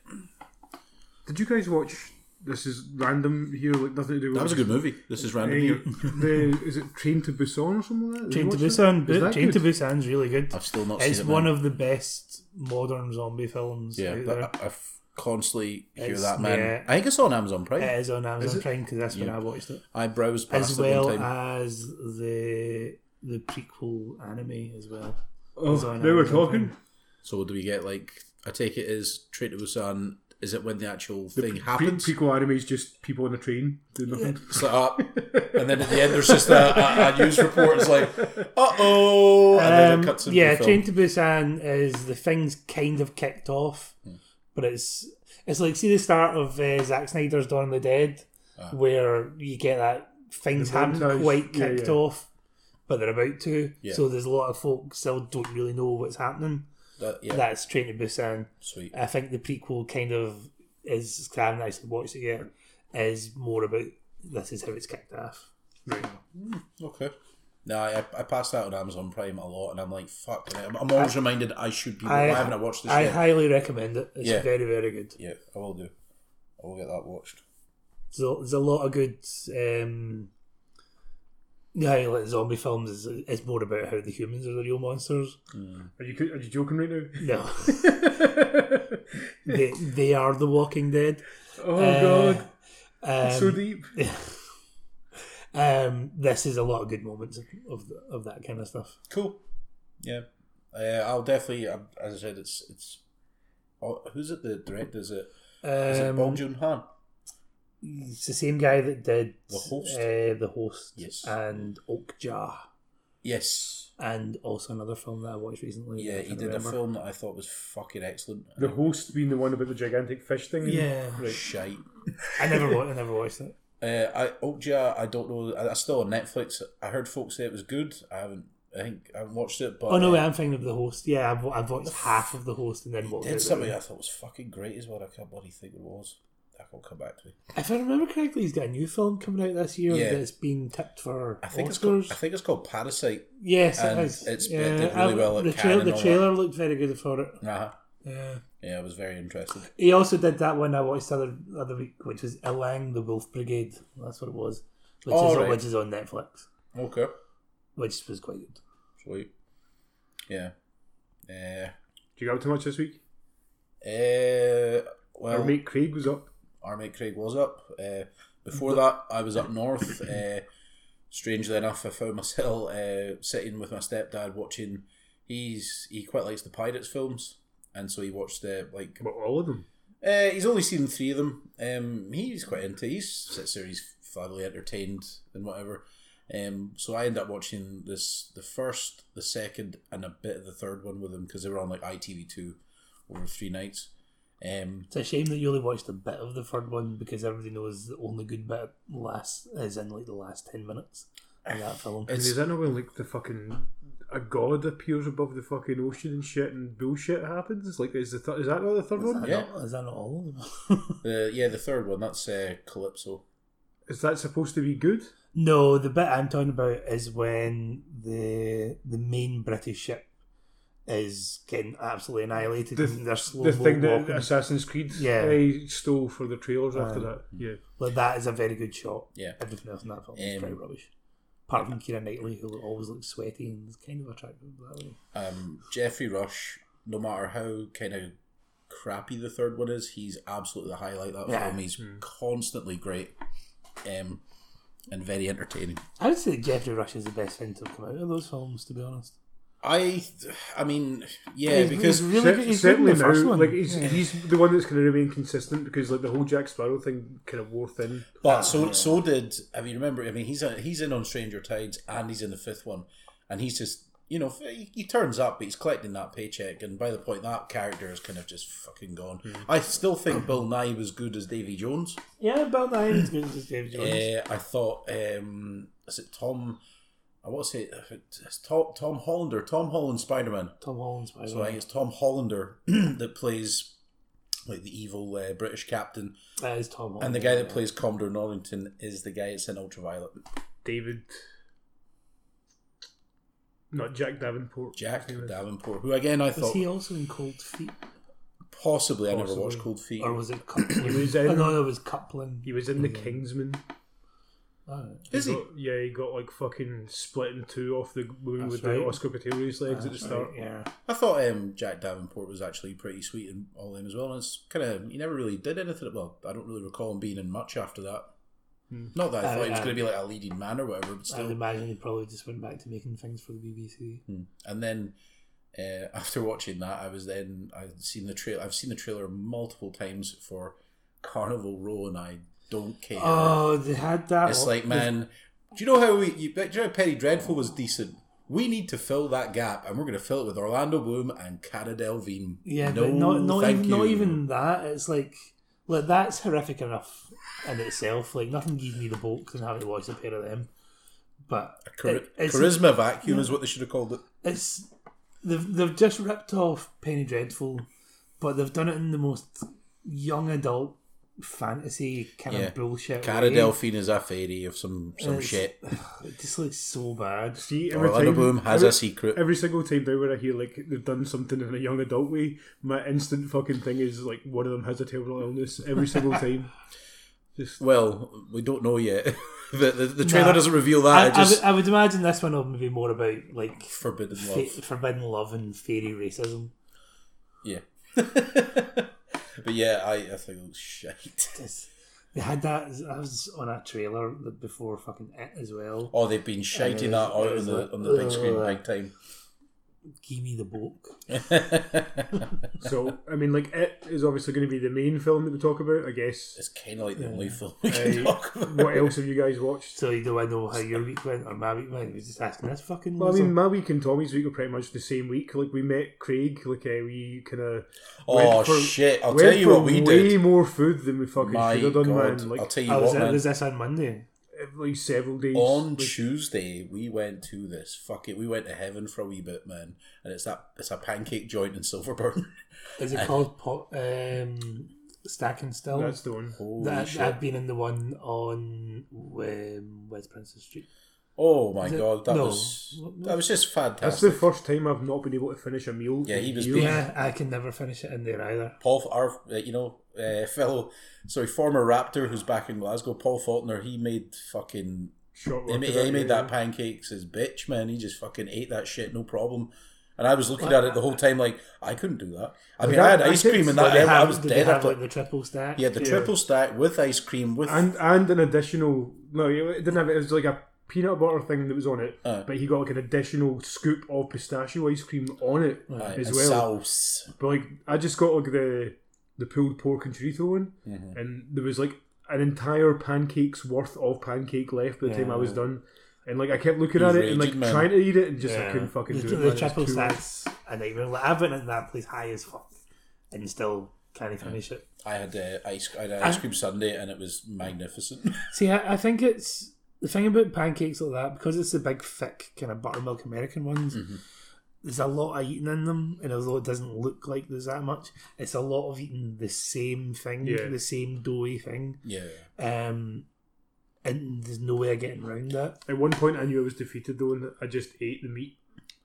Did you guys watch? This is random here, like nothing to do with.
that was a good movie. This is random.
Hey,
Here.
the, is it Train to Busan or something like that? Did you
Train to
watch
Busan.
that? Is that
Train to
good?
Busan's really good.
I've still not seen
It's
it.
one
man.
of the best modern zombie films.
yeah,
out there.
but I, I constantly hear
It's-
that man.
yeah.
I think it's on Amazon Prime.
It is on Amazon Prime because that's when I watched it,
I browsed past
as
it
well
one time.
as the the prequel anime as well.
Oh,
It's on
now we're
Amazon
talking.
so do we get like? I take it as Train to Busan. Is it when the actual thing
Pre-
happens?
prequel anime is just people on a train doing nothing.
It's like, ah. and then at the end, there's just a, a, a news report. It's like, uh oh, and then it
Um,
cuts into
yeah,
the
Train
film.
to Busan is the thing's kind of kicked off,
Hmm.
but it's it's like see the start of uh, Zack Snyder's Dawn of the Dead,
Ah.
where you get that things
The
haven't
montage,
quite
yeah,
kicked
yeah.
off, but they're about to.
Yeah.
So there's a lot of folk still don't really know what's happening.
That- yeah,
That's Train to Busan.
sweet.
I think the prequel kind of is. 'cause I haven't actually watched it yet. Is more about this is how it's kicked off.
Right.
Okay. No, I, I pass that on Amazon Prime a lot, and I'm like, fuck. I'm, I'm always reminded I should be.
I-
why haven't I watched this
I
yet?
highly recommend it. It's
Yeah.
very very good.
yeah, I will do. I will get that watched.
So there's a lot of good. Um, yeah, like zombie films is it's more about how the humans are the real monsters.
Are you are you joking right now?
No, they they are the Walking Dead.
Oh
Uh,
god,
Um,
so deep.
um, this is a lot of good moments of of, of that kind of stuff.
Cool. Yeah, uh, I'll definitely. um, As I said, it's it's. Oh, who's it? The director is it? Is it Bong
Um,
Joon Han?
it's the same guy that did
The Host?
uh, the host,
Yes.
and Oakja,
Yes.
and also another film that I watched recently.
Yeah,
I
he
can't
did
remember.
a film that I thought was fucking excellent.
The host being the one about the gigantic fish thing.
Yeah,
Right.
Shite.
I never watched. I never watched it.
Uh, I Okja, I don't know. I, I still on Netflix. I heard folks say it was good. I haven't. I think I haven't watched it, but
Oh no,
uh,
wait, I'm thinking of the host. Yeah, I've, I've watched half of the host and then
he
what
did something I thought was fucking great as well. I can't bloody think what it was. That will come back to me.
If I remember correctly, he's got a new film coming out this year
Yeah.
that's been tipped for
I think
Oscars.
it's called. I think it's called Parasite.
yes, it
and
is.
it's- it did really
I-
well at
the
Cannes
trailer,
and
the
all that.
trailer looked very good for it.
Uh-huh.
Yeah.
Yeah, I was very interested.
He also did that one I watched the other other week, which was Ilang the Wolf Brigade. That's what it was, which
Oh,
is
right.
which is on Netflix,
Okay.
which was quite good.
Sweet. Yeah. Uh,
Did you get up too much this week?
uh, well,
Our mate Craig was up.
our mate Craig was up. Uh, before that, I was up north. Uh, strangely enough, I found myself uh, sitting with my stepdad watching. He's he quite likes the Pirates films, and so he watched uh, like
But all of them.
uh, he's only seen three of them. Um, he's quite into. He's sits there. He's thoroughly entertained and whatever. Um, so I ended up watching this, the first, the second, and a bit of the third one with them because they were on like ITV2 over three nights. Um,
It's a shame that you only watched a bit of the third one because everybody knows the only good bit last is in like the last ten minutes of that film.
And is that not when like the fucking a god appears above the fucking ocean and shit and bullshit happens? Like is the th- is that not the third
Is
one?
that,
Yeah.
not, is that not all?
the, yeah, the third one, that's uh, Calypso.
Is that supposed to be good?
no, the bit I'm talking about is when the the main British ship is getting absolutely annihilated
The-
and Mm, they're slowly
the thing that
walking.
Assassin's Creed
Yeah.
eh, stole for the trailers after
Aye.
that. Yeah.
But that is a very good shot.
Yeah.
Everything else in that film is
Um,
pretty rubbish. Apart from Kira Knightley, who always looks sweaty and is kind of attractive that way.
Um, Jeffrey Rush, no matter how kind of crappy the third one is, he's absolutely the highlight of that
Yeah.
film. He's
Hmm.
constantly great um, and very entertaining.
I would say that Jeffrey Rush is the best thing to have come out of those films, to be honest.
I, I mean, yeah,
He's-
because
he's really
Cer-
good, he's good in
certainly
the
now,
first one.
like he's,
Yeah.
he's the one that's going to remain consistent because like the whole Jack Sparrow thing kind of wore thin.
But so so did I mean remember I mean he's a, he's in on Stranger Tides and he's in the fifth one and he's just you know he, he turns up but he's collecting that paycheck and by the point that character is kind of just fucking gone.
Hmm.
I still think Bill Nye was good as Davy Jones.
Yeah, Bill Nye is good as Dave Jones.
Uh, I thought um, is it Tom I want to say it's Tom Tom Hollander Tom Holland Spider Man.
Tom Holland's by
So I think it's Tom Hollander that plays like the evil uh, British captain
That is Tom Holland.
and the guy that plays Commodore Norrington is the guy that's in Ultraviolet.
David, not Jack Davenport.
Jack Davenport, who again I
Was
thought
he also in Cold Feet?
possibly, I never
Possibly.
watched Cold Feet.
Or was it Coupling?
He was in-
Oh, no, it was Coupling.
He was in The Kingsman.
Oh,
Is he?
got, yeah, he got like fucking split in two off the woman
That's
with
right.
the Oscar Pistorius legs at the
that's
start.
right, yeah.
I thought um, Jack Davenport was actually pretty sweet and all them as well. And it's kind of he never really did anything. Well, I don't really recall him being in much after that. Not that I
Uh,
thought he was
uh,
going to be like a leading man or whatever, but
I'd
still.
imagine he probably just went back to making things for the BBC.
And then uh, after watching that, I was then I seen the trail. I've seen the trailer multiple times for Carnival Row, and I don't care.
Oh, they had that.
It's
one-
like, man, do you know how we? You, do you know how Penny Dreadful was decent? We need to fill that gap, and we're going to fill it with Orlando Bloom and Cara Delevingne.
Yeah,
no,
but not not
thank
even,
you.
not even that. It's like like that's horrific enough in itself. Like nothing gives me the bolt than having to watch a pair of them. But
Chari-
it- it's,
charisma vacuum is what they should have called it.
it's they've they've just ripped off Penny Dreadful, but they've done it in the most young adult fantasy kind
Yeah.
of bullshit.
Cara
way.
Delphine is a fairy of some some
It's-
shit.
It just looks so bad.
See, every
Orlando
time,
Bloom has
every,
a secret.
Every single time now when I hear like they've done something in a young adult way, my instant fucking thing is like one of them has a terrible illness every single time. Just
well, we don't know yet. the, the the trailer
Nah.
doesn't reveal that.
I,
it
I
just
would, I would imagine this one will maybe more about like
forbidden
fa-
love.
forbidden love and fairy racism.
Yeah. but yeah, I, I think it looks shite.
It's- They had that. I was on that trailer that before fucking it as well.
Oh, they've been shiting
is-
that out
it
on
is
the
like,
on the big screen
ugh.
big time.
Give me the bulk.
so I mean, like it is obviously going to be the main film that we talk about, I guess.
It's kind of like the only film we can
Aye.
talk about.
What else have you guys watched?
So you do I know how your week went or my week went? He was just asking this fucking.
Well, I
loser.
mean, my week and Tommy's week were pretty much the same week. Like we met Craig, like uh, we kind of.
Oh
Went for-
shit! I'll tell you what we
way
did.
more food than we fucking
My
should have done,
god!
man. Like
I'll tell you
I was,
what,
at,
man.
was this on Monday?
every several days.
On
like,
Tuesday, we went to this. Fuck it, we went to heaven for a wee bit, man. And it's that it's a pancake joint in Silverburn.
Is it called pot, um, Stack and Still?
that's the one.
Holy
that,
shit!
I've been in the one on um, West Princess Street.
oh my
Is it-
god, that
no.
was
What-
that was just
That's
fantastic.
the first time I've not been able to finish a meal.
Yeah, he was
You-
being-
Yeah, I can never finish it in there either.
Paul, our uh, you know uh, fellow, sorry, former Raptor who's back in Glasgow, Paul Faulkner. He made fucking
Short
He
work
made,
of it,
he made
yeah.
that pancakes his bitch, man. He just fucking ate that shit, no problem. And I was looking at it the whole time, like I couldn't do that. I mean,
that
I had ice
pancakes?
cream, and
But
that
they
I
have-
was
do
dead.
They
I
have like
thought,
the triple stack.
yeah, the triple stack with ice cream with
and and an additional no, it didn't have it. It was like a peanut butter thing that was on it,
Aye.
but he got like an additional scoop of pistachio ice cream on it
uh,
as
and
well.
sauce.
But like, I just got like the the pulled pork and chorizo one,
Mm-hmm.
and there was like an entire pancake's worth of pancake left by the time I was done. And like I kept looking
You
at it and like
raging man.
trying to eat it and just I
Yeah.
couldn't fucking
The,
do it.
the
man. It's
triple
too much.
stacks a nightmare. Like, I've been at that place high as fuck and still trying to finish it.
I had uh, ice. I had an ice cream sundae, and it was magnificent.
See, I, I think it's the thing about pancakes like that because it's the big, thick kind of buttermilk American ones. There's a lot of eating in them, and although it doesn't look like there's that much, it's a lot of eating the same thing,
Yeah.
the same doughy thing,
yeah,
um, and there's no way of getting around that.
At one point, I knew I was defeated though, and I just ate the meat.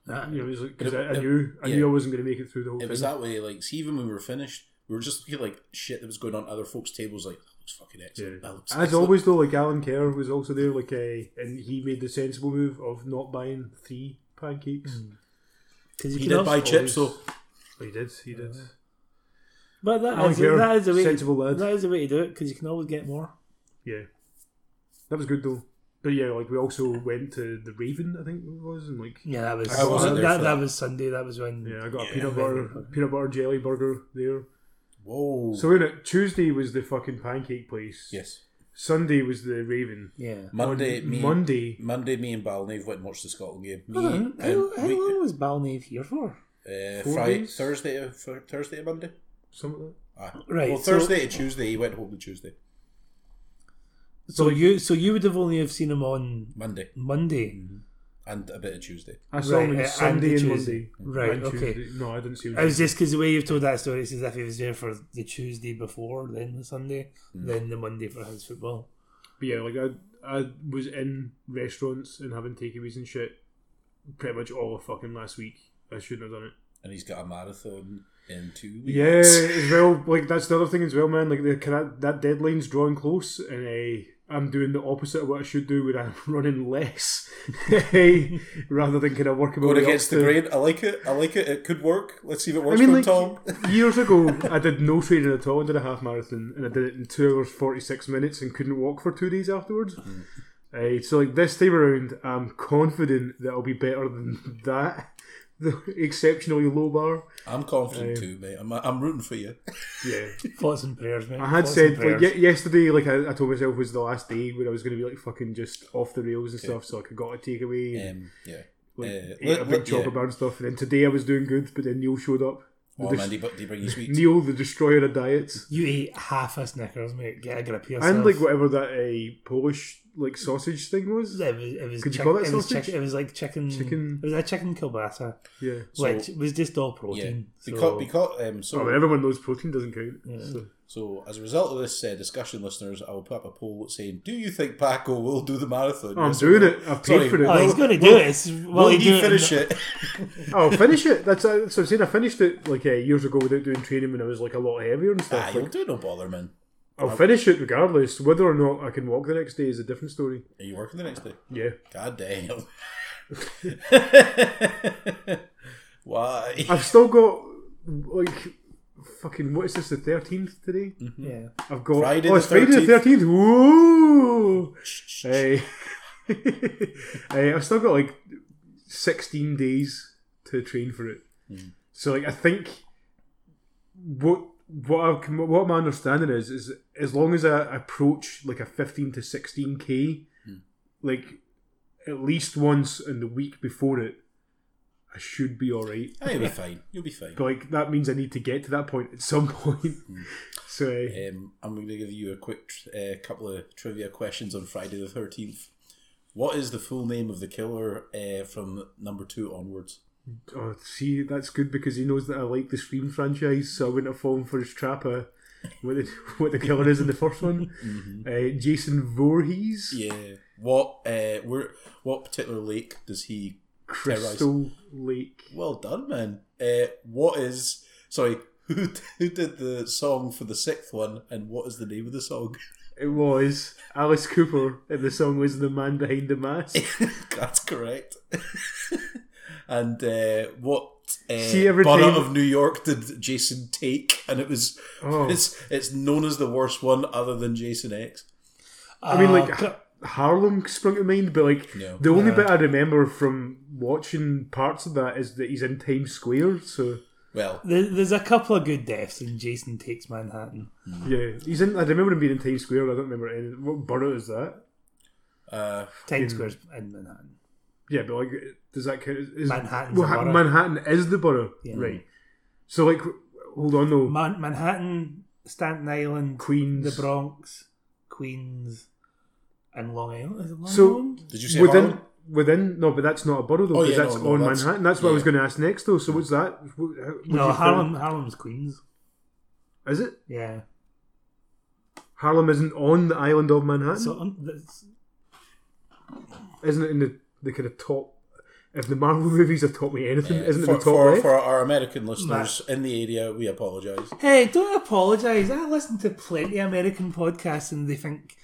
Nah.
You know, it was like because I, I
It- it-
knew I
yeah.
knew I wasn't going to make it through the whole
it
thing.
was that way. Like, see, even when we were finished, we were just looking at, like shit that was going on at other folks' tables. Like, that looks fucking excellent.
Yeah.
That looks
As
excellent."
always, though, like Alan Kerr was also there, like, uh, and he made the sensible move of not buying three pancakes.
'Cause you
Mm. he
can
did
also-
buy chips, so
He did, he did.
but that
Alan
is,
Kerr,
that is a way
sensible lad.
that is a way to do it because you can always get more.
Yeah, that was good though. But yeah, like we also went to the Raven, I think it was, and like
Yeah, that was
I wasn't
that,
there
that,
for that.
was Sunday. That was when
yeah, I got a
Yeah.
peanut butter peanut butter jelly burger there.
whoa.
So in it, Tuesday was the fucking pancake place.
yes,
Sunday was the Raven.
yeah.
Monday,
On
me,
Monday.
Monday, me and Balnave went and watched the Scotland game. Me,
Hold on, how,
and uh,
how
we-
long was Balnave here for?
uh,
Four
Friday,
days?
Thursday, to, for Thursday to Monday.
Something like
Ah.
Right,
Well,
so-
Thursday to Tuesday, he went home on Tuesday,
So you so you would have only have seen him on
Monday,
Monday,
and a bit of Tuesday.
that. I saw him
Right,
on
uh,
Sunday
and
and,
the
Monday.
Tuesday. Right,
And
okay.
Tuesday. No, I didn't see him.
I was just because the way you've told that story, it's as if he was there for the Tuesday before, then the Sunday, then the Monday for his football.
But yeah, like I, I was in restaurants and having takeaways and shit pretty much all of fucking last week. I shouldn't have done it.
And he's got a marathon in two weeks.
Yeah, as well. Like that's the other thing as well, man. Like the, can I, that deadline's drawing close, and eh, I'm doing the opposite of what I should do, where I'm running less, Eh, rather than kind of working my
Going
way up
against the
to-
grain. I like it. I like it. It could work. Let's see if it
I
works
mean,
for
like
Tom.
years ago, I did no training at all and did a half marathon, and I did it in two hours forty six minutes and couldn't walk for two days afterwards.
Mm.
Eh, so like this time around, I'm confident that I'll be better than that. The exceptionally low bar.
I'm confident too, mate. I'm, I'm rooting for you.
Yeah.
Thoughts and prayers, man.
I had said like ye- yesterday, like I, I told myself was the last day when I was going to be like fucking just off the rails and stuff. So like I got a takeaway, and
Um, yeah.
like,
uh,
ate
let-
a big
let-
chocolate
yeah.
bar and stuff. And then today I was doing good, but then Neil showed up. The
Oh,
dis-
man, do you bu- do you bring you sweets?
Neil, the destroyer of diets,
you ate half a Snickers, mate. Get a grip of yourself.
and like whatever that a Polish like sausage thing was.
it was, it was
Could you
chick-
call that
it was
sausage?
chicken. It was like chicken.
Chicken-
It was a chicken kielbasa,
Yeah.
which was just all
yeah.
protein. So,
Because, because, um, so,
Oh, well, everyone knows protein doesn't count. So.
so, as a result of this uh, discussion, listeners, I will put up a poll saying, Do you think Paco will do the marathon?
Oh, I'm
Yes or
doing
no?
it. I've paid
Sorry,
for it.
oh, he's
will-
going to do
will-
it. It's, well,
Will
he'd do
he
it
finish
in-
it?
Oh, finish it. That's, that's what I'm saying. I finished it like uh, years ago without doing training when I was like a lot heavier and
Ah,
stuff.
you'll
Like,
do it, no bother, man.
I'll finish it regardless. Whether or not I can walk the next day is a different story.
Are you working the next day?
Yeah.
God damn. Why?
I've still got like fucking what is this the thirteenth today?
Yeah.
I've got
Mm. Friday
oh
the
it's Friday the
13th.
thirteenth. Woo! Hey, hey, I've still got like sixteen days to train for it.
Mm.
So like I think what what I can- what my understanding is is as long as I approach like a fifteen to sixteen k,
Mm.
like at least once in the week before it, I should be all right.
Ah, you'll be fine. You'll be fine.
But like that means I need to get to that point at some point. so eh,
Um, I'm going to give you a quick uh, couple of trivia questions on Friday the 13th. What is the full name of the killer uh, from number two onwards?
oh, see, that's good because he knows that I like the Scream franchise, so I wouldn't have fallen for his trap of what the, what the killer is in the first one. Eh, Jason Voorhees,
Yeah. What uh, where, What particular lake does he.
Crystal Lake.
Well done, man. Uh, what is. Sorry, who, who did the song for the sixth one and what is the name of the song?
It was Alice Cooper, and the song was "The Man Behind the Mask."
That's correct. and uh, what uh,
See, every
borough
time-
of New York did Jason take? And it was
Oh.
it's it's known as the worst one other than Jason X.
I mean, like
Uh,
Ha- Harlem sprung to mind, but like
No.
the only bit I remember from watching parts of that is that he's in Times Square. So
Well,
There, there's a couple of good deaths in Jason Takes Manhattan.
Yeah, he's in. I remember him being in Times Square. I don't remember any. What borough is that?
Uh,
in-
Times Square's in Manhattan.
Yeah, but like, does that count? as- Is,
Manhattan's a
well, ha-
borough.
Manhattan is the borough,
Yeah.
right? So like, w- hold on though,
Man- Manhattan, Staten Island,
Queens.
the Bronx, Queens, and Long Island. Is it Long
So-
Island?
did you say
within
Harlem?
within no, but that's not a borough though.
Oh,
'cause
yeah,
that's
no, no,
on
that's-
Manhattan. That's what I was
yeah.
going to ask next though. So what's that? What- how- would
No,
you-
Harlem. Harlem's Queens.
is it?
Yeah.
Harlem isn't on the island of Manhattan,
So um, that's,
isn't it? In the, the kind of top. If the Marvel movies have taught me anything,
Uh,
isn't it
for,
the top
for,
left?
for our American listeners in the area, we apologise.
hey, don't apologise. I listen to plenty of American podcasts, and they think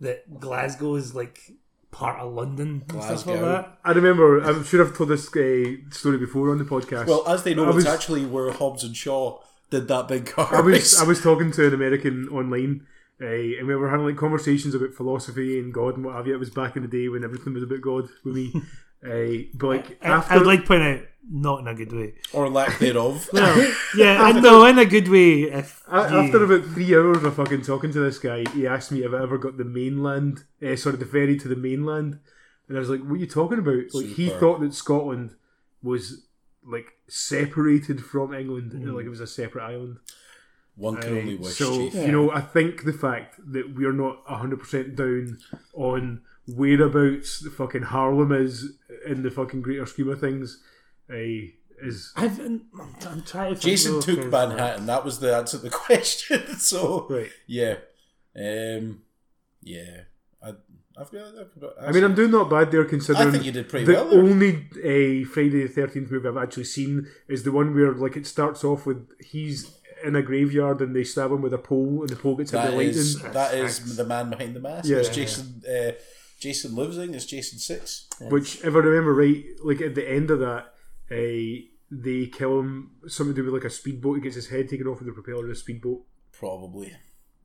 that Glasgow is like part of London and stuff like
Glasgow.
that.
I remember. I'm sure I've told this uh, story before on the podcast.
Well, as they know,
I
it's
was-
actually where Hobbs and Shaw did that big car
I was
race.
I was talking to an American online, uh, and we were having like conversations about philosophy and God and what have you. It was back in the day when everything was about God with me. uh, but like
I,
after,
I would like to point out, not in a good way.
or lack thereof.
Well, yeah, I know in a good way. If
a-
you-
after about three hours of fucking talking to this guy, he asked me if I ever got the mainland, uh, sort of the ferry to the mainland, and I was like, "What are you talking about?" Like he
Super.
thought that Scotland was like separated from England, like it was a separate island.
One can only
Uh,
wish,
so
Chief.
you know, I think the fact that we are not hundred percent down on whereabouts the fucking Harlem is in the fucking greater scheme of things, uh, is
I've, I'm, I'm trying to. think
Jason
of-
took Manhattan. That was the answer to the question. so
right.
yeah, um, yeah. I, I've got. I've got
I mean, I'm doing not bad there considering.
I think you did pretty
the
well. there.
only uh, Friday the Thirteenth movie I've actually seen is the one where like it starts off with he's in a graveyard and they stab him with a pole and the pole gets hit by
That
lightning.
is that
Six.
is the man behind the mask.
Yeah.
it's Jason. Uh, Jason Livesing. It's Jason Six.
Which, if I remember right, like at the end of that, uh, they kill him. Something to do with like a speedboat. He gets his head taken off with the propeller of a speedboat.
Probably.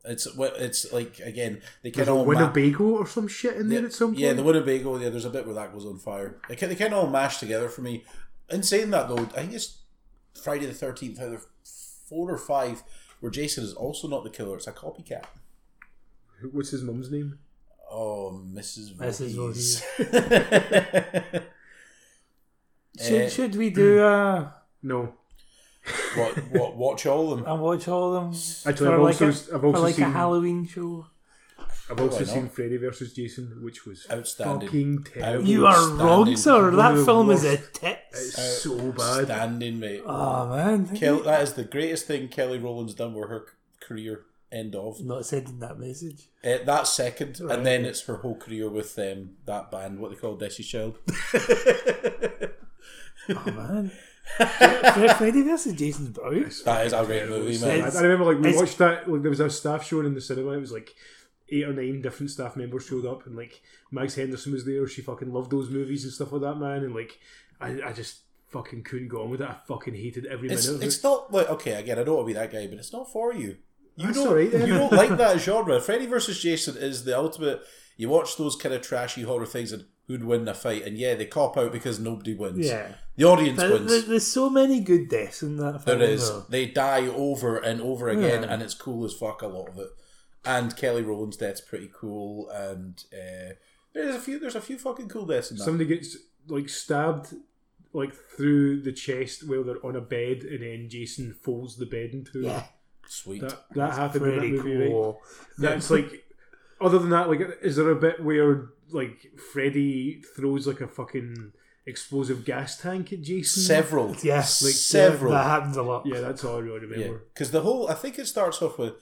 It's what it's like again. They
There's
kind
a
of
Winnebago or some shit in there at some point.
Yeah, the Winnebago. Yeah, there's a bit where that goes on fire. They kind, they kind of all mashed together for me. In saying that though, I think it's Friday the Thirteenth, either four or five, where Jason is also not the killer. It's a copycat.
What's his mum's name?
Oh, Mrs.
Mrs.
Voorhees.
Should,
Uh,
should we
Hmm.
do a,
No,
what? What? Watch all of them.
a watch all of them
actually,
for
I've
like,
also,
a,
I've
for
also
like
seen
a Halloween show?
I've also
Probably not.
seen Freddy versus Jason, which was
Oh, Outstanding.
fucking terrible.
You are
Standing.
wrong, sir.
One of
That
the
film is a
worst-
tits.
It's so Oh, bad.
Standing, mate.
Oh man,
Kel- that is the greatest thing Kelly Rowland's done with her c- career. End of
not sending that message.
uh, that second, and then it's her whole career with um, that band. What they call Destiny's Child.
Oh man, Fre- Freddy versus Jason's bro.
That is a great movie,
I,
man.
It's-
I remember like we
it's-
watched that. Like there was a staff show in the cinema. It was like eight or nine different staff members showed up, and like Mags Henderson was there. She fucking loved those movies and stuff like that, man. And like I, I just fucking couldn't go on with it. I fucking hated every minute
It's
of it.
it's not like okay again. I don't want to be that guy, but it's not for you. You
That's
don't
all right, then.
you don't like that genre. Freddy versus Jason is the ultimate. You watch those kind of trashy horror things and who'd win a fight, and yeah, they cop out because nobody wins.
Yeah,
the audience
There-
wins.
there- there's so many good deaths in that film.
There is.
though.
They die over and over again,
Yeah.
and it's cool as fuck. A lot of it. And Kelly Rowland's death's pretty cool, and uh, there's a few. There's a few fucking cool deaths in that.
Somebody gets like stabbed like through the chest while they're on a bed, and then Jason folds the bed into.
Yeah.
Sweet.
That that happened in that
pretty
movie, right?
cool.
That's like. Other than that, like, is there a bit where like Freddy throws like a fucking explosive gas tank at Jason?
Several.
Yeah, like,
several.
That happens a lot.
Yeah, that's all I really
Yeah,
remember.
because the whole I think it starts off with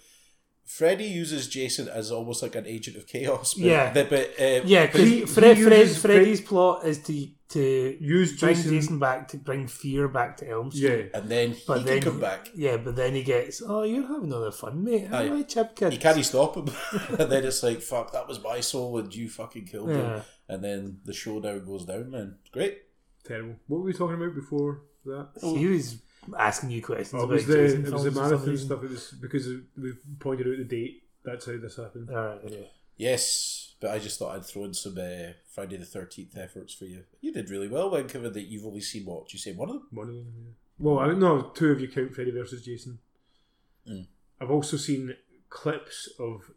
Freddy uses Jason as almost like an agent of chaos. But,
Yeah.
the- but uh,
Yeah,
but-
because
he-
Fred,
he
Fred,
uses Fred-
Freddy's plot is to to
Use
bring
Jason.
Jason back to bring fear back to Elm Street.
Yeah,
and then
but
he
then
can come back.
Yeah, but then he gets, oh, you're having all the fun, mate.
Aye.
How am I chip kid?
He can't stop him, and then it's like fuck, that was my soul, and you fucking killed him.
Yeah.
And then the showdown goes down, man. It's Great.
terrible. What were we talking about before that?
He was asking you questions
Oh, it
Oh, about
was the
Jason
it was the
films for some
marathon
reason.
stuff. It was because we pointed out the date. That's how this happened.
All right, yeah.
Yes, but I just thought I'd throw in some uh, Friday the Thirteenth efforts for you. You did really well when given that you've only seen what did you say one of them.
One of them. Yeah. Well, I, no, two of you count Freddy versus Jason.
Mm.
I've also seen clips of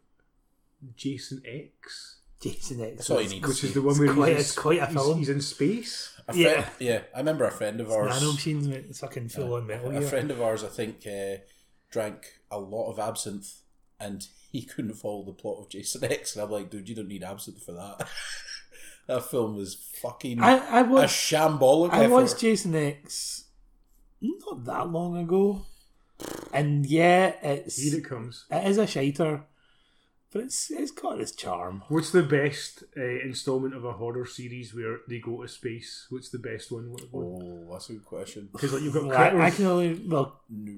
Jason X.
Jason X.
That's all you
is
need to
which
see.
is the one where
quite-
he's, in
it's quite a
he's-
film.
he's in space.
A
Yeah.
friend- yeah. I remember a friend of ours.
Nano machines, mate. It's fucking full on metal.
Uh, A
Gear.
friend of ours, I think, uh, drank a lot of absinthe, and he couldn't follow the plot of Jason X. And I'm like, dude, you don't need absinthe for that. that film was fucking
I, I
a
watched
shambolic
I
effort.
watched Jason X not that long ago, and yeah, it's
Here it comes.
it is a shiter, but it's it's got its charm.
What's the best uh, installment of a horror series where they go to space? What's the best one?
oh, that's a good question.
Because like you've
Like,
got
Oh, I,
Critters.
can only well,
No,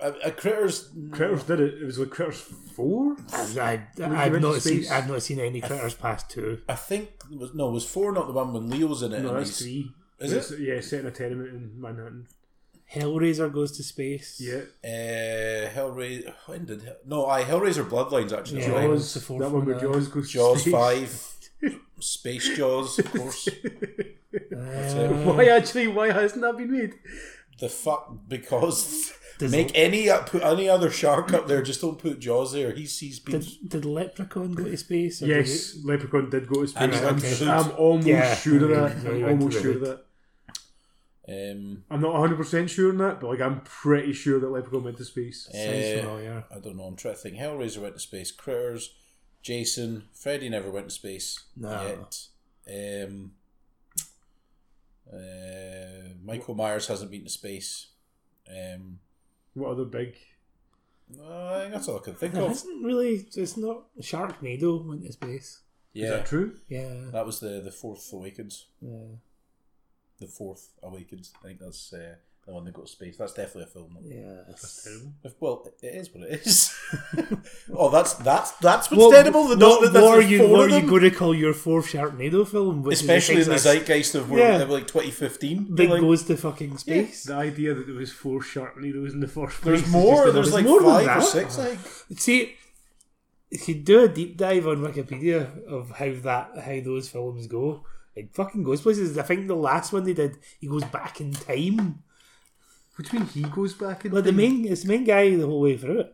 a, a critters.
Critters did it. It was like Critters Four.
I've, I,
went
I've
to
not seen
space.
I've not seen any critters past two.
I think was no was four not the one when Leo's in it.
No,
and
that's
he's-
three.
Is
It's-
it?
Yeah, set in a tenement in Manhattan.
Hellraiser goes to space.
Yeah.
Uh, Hellraiser. When did Hell- no? I Hellraiser Bloodlines actually.
Yeah.
Right.
Jaws,
Jaws.
the
That
fourth
one where
one, uh,
Jaws goes. to
Jaws
space.
Five, Space Jaws, of course.
Uh,
Why actually? Why hasn't that been made?
The fuck because
Does-
make any up put any other shark up there. Just don't put Jaws there. He sees
did,
people.
did Leprechaun go to space? or did
Yes, Leprechaun did go to
And
space.
he
I'm,
went to-
I'm almost
Yeah.
sure of
Yeah,
that.
he
I'm
went
almost
to
sure of
the-
that.
Um,
I'm not 100 percent sure on that, but like I'm pretty sure that Leprechaun went to space.
it- sounds
uh,
familiar.
I don't know. I'm trying to think. Hellraiser went to space. Critters, Jason, Freddy never went to space
No.
yet. Um, uh, Michael Myers hasn't been to space. Um,
What other big?
I think that's all I can think
There
of.
isn't really. It's not Sharknado went to space.
Is
Yeah,
that true?
Yeah.
that was the the fourth awakens.
yeah.
The fourth awakens. I think that's uh, the one that got space. That's definitely a film. though.
Yes.
If- Well, it is what it is. oh, that's that's that's what's
Well,
terrible. That
what,
doesn't-
what
that's
are
the
you,
four
what
of
are you
them.
going to call your fourth Sharknado film? Which
Especially
is
in the zeitgeist of
Yeah.
we're, of, like 2015.
that
Like,
goes to fucking space.
The idea that there was four Sharknadoes in the first place.
there's
is
more.
just
There's
another-
like
more than
five or
that.
six. Like
See, if you do a deep dive on Wikipedia of how that how those films go, it fucking goes places. I think the last one they did, he goes back in time.
What do you mean he goes back in?
But the
time?
main, it's the main guy the whole way through it.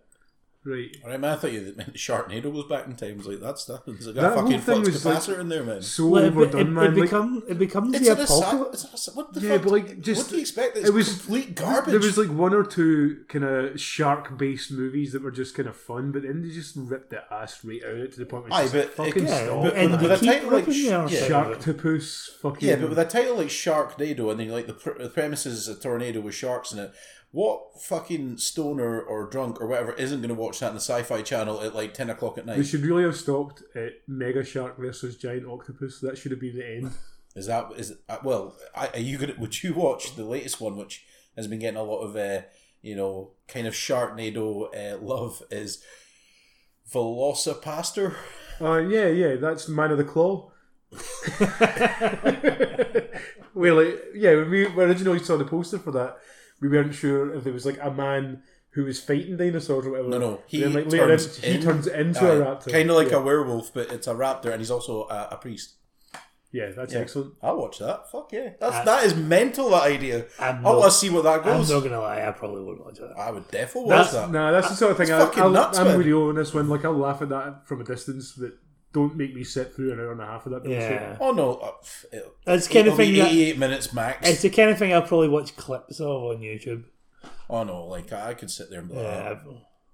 right.
All right, man, I thought you meant Sharknado was back in time. I was like, that's that. There's like
That
a
whole
fucking
thing
flux
was, like,
capacitor in there, man.
So
Well, it, it,
overdone,
it,
man. like,
become, it becomes
It's
the
an assault.
apocalypse.
What the
Yeah,
fuck?
but, like, just-
what do you expect? It's
it was-
complete garbage.
There was like one or two kind of shark-based movies that were just kind of fun, but then they just ripped the ass right out of it to the point where
Aye,
it's
but-
just like, fucking
Yeah,
stop.
but- and
man.
they
With a
keep
title like
ripping
sh-
the arse
yeah.
out of it.
Sharktopus, fucking
Yeah, but with a title like Sharknado, and then like the, pr- the premise is a tornado with sharks in it. What fucking stoner or drunk or whatever isn't going to watch that on the Sci-Fi Channel at like ten o'clock at
They
night?
should really have stopped at Mega Shark versus Giant Octopus. That should have been the end.
Is that is uh, well? I- Are you going? to Would you watch the latest one, which has been getting a lot of uh, you know kind of Sharknado uh, love? Is Velocipaster?
Uh, yeah, yeah, that's Man of the Claw. well, like, yeah, when we originally saw the poster for that, we weren't sure if there was like a man who was fighting dinosaurs or whatever.
No, no, he
Then, like,
turns
later in,
in-
he turns into a raptor.
Kind of like
yeah.
a werewolf, but it's a raptor, and he's also a, a priest.
yeah, that's excellent.
I'll watch that. Fuck yeah, that's that is mental. That idea. i
I'm
want
not-
to see where that
I'm
goes.
not gonna lie, I probably would watch that.
I would definitely watch
That's-
that.
Nah, that's the sort of thing. I,
Uh, fucking
I'll,
nuts,
I'm
man.
with you on this one. Like, I'll laugh at that from a distance, but don't make me sit through an hour and a half of that. bullshit.
Yeah,
Oh no, uh, pff, it'll-
That's the kind of
it'll be
thing that-
Eighty-eight minutes max.
it's the kind of thing I'll probably watch clips of on YouTube.
oh no, like I could sit there and be like,
Yeah,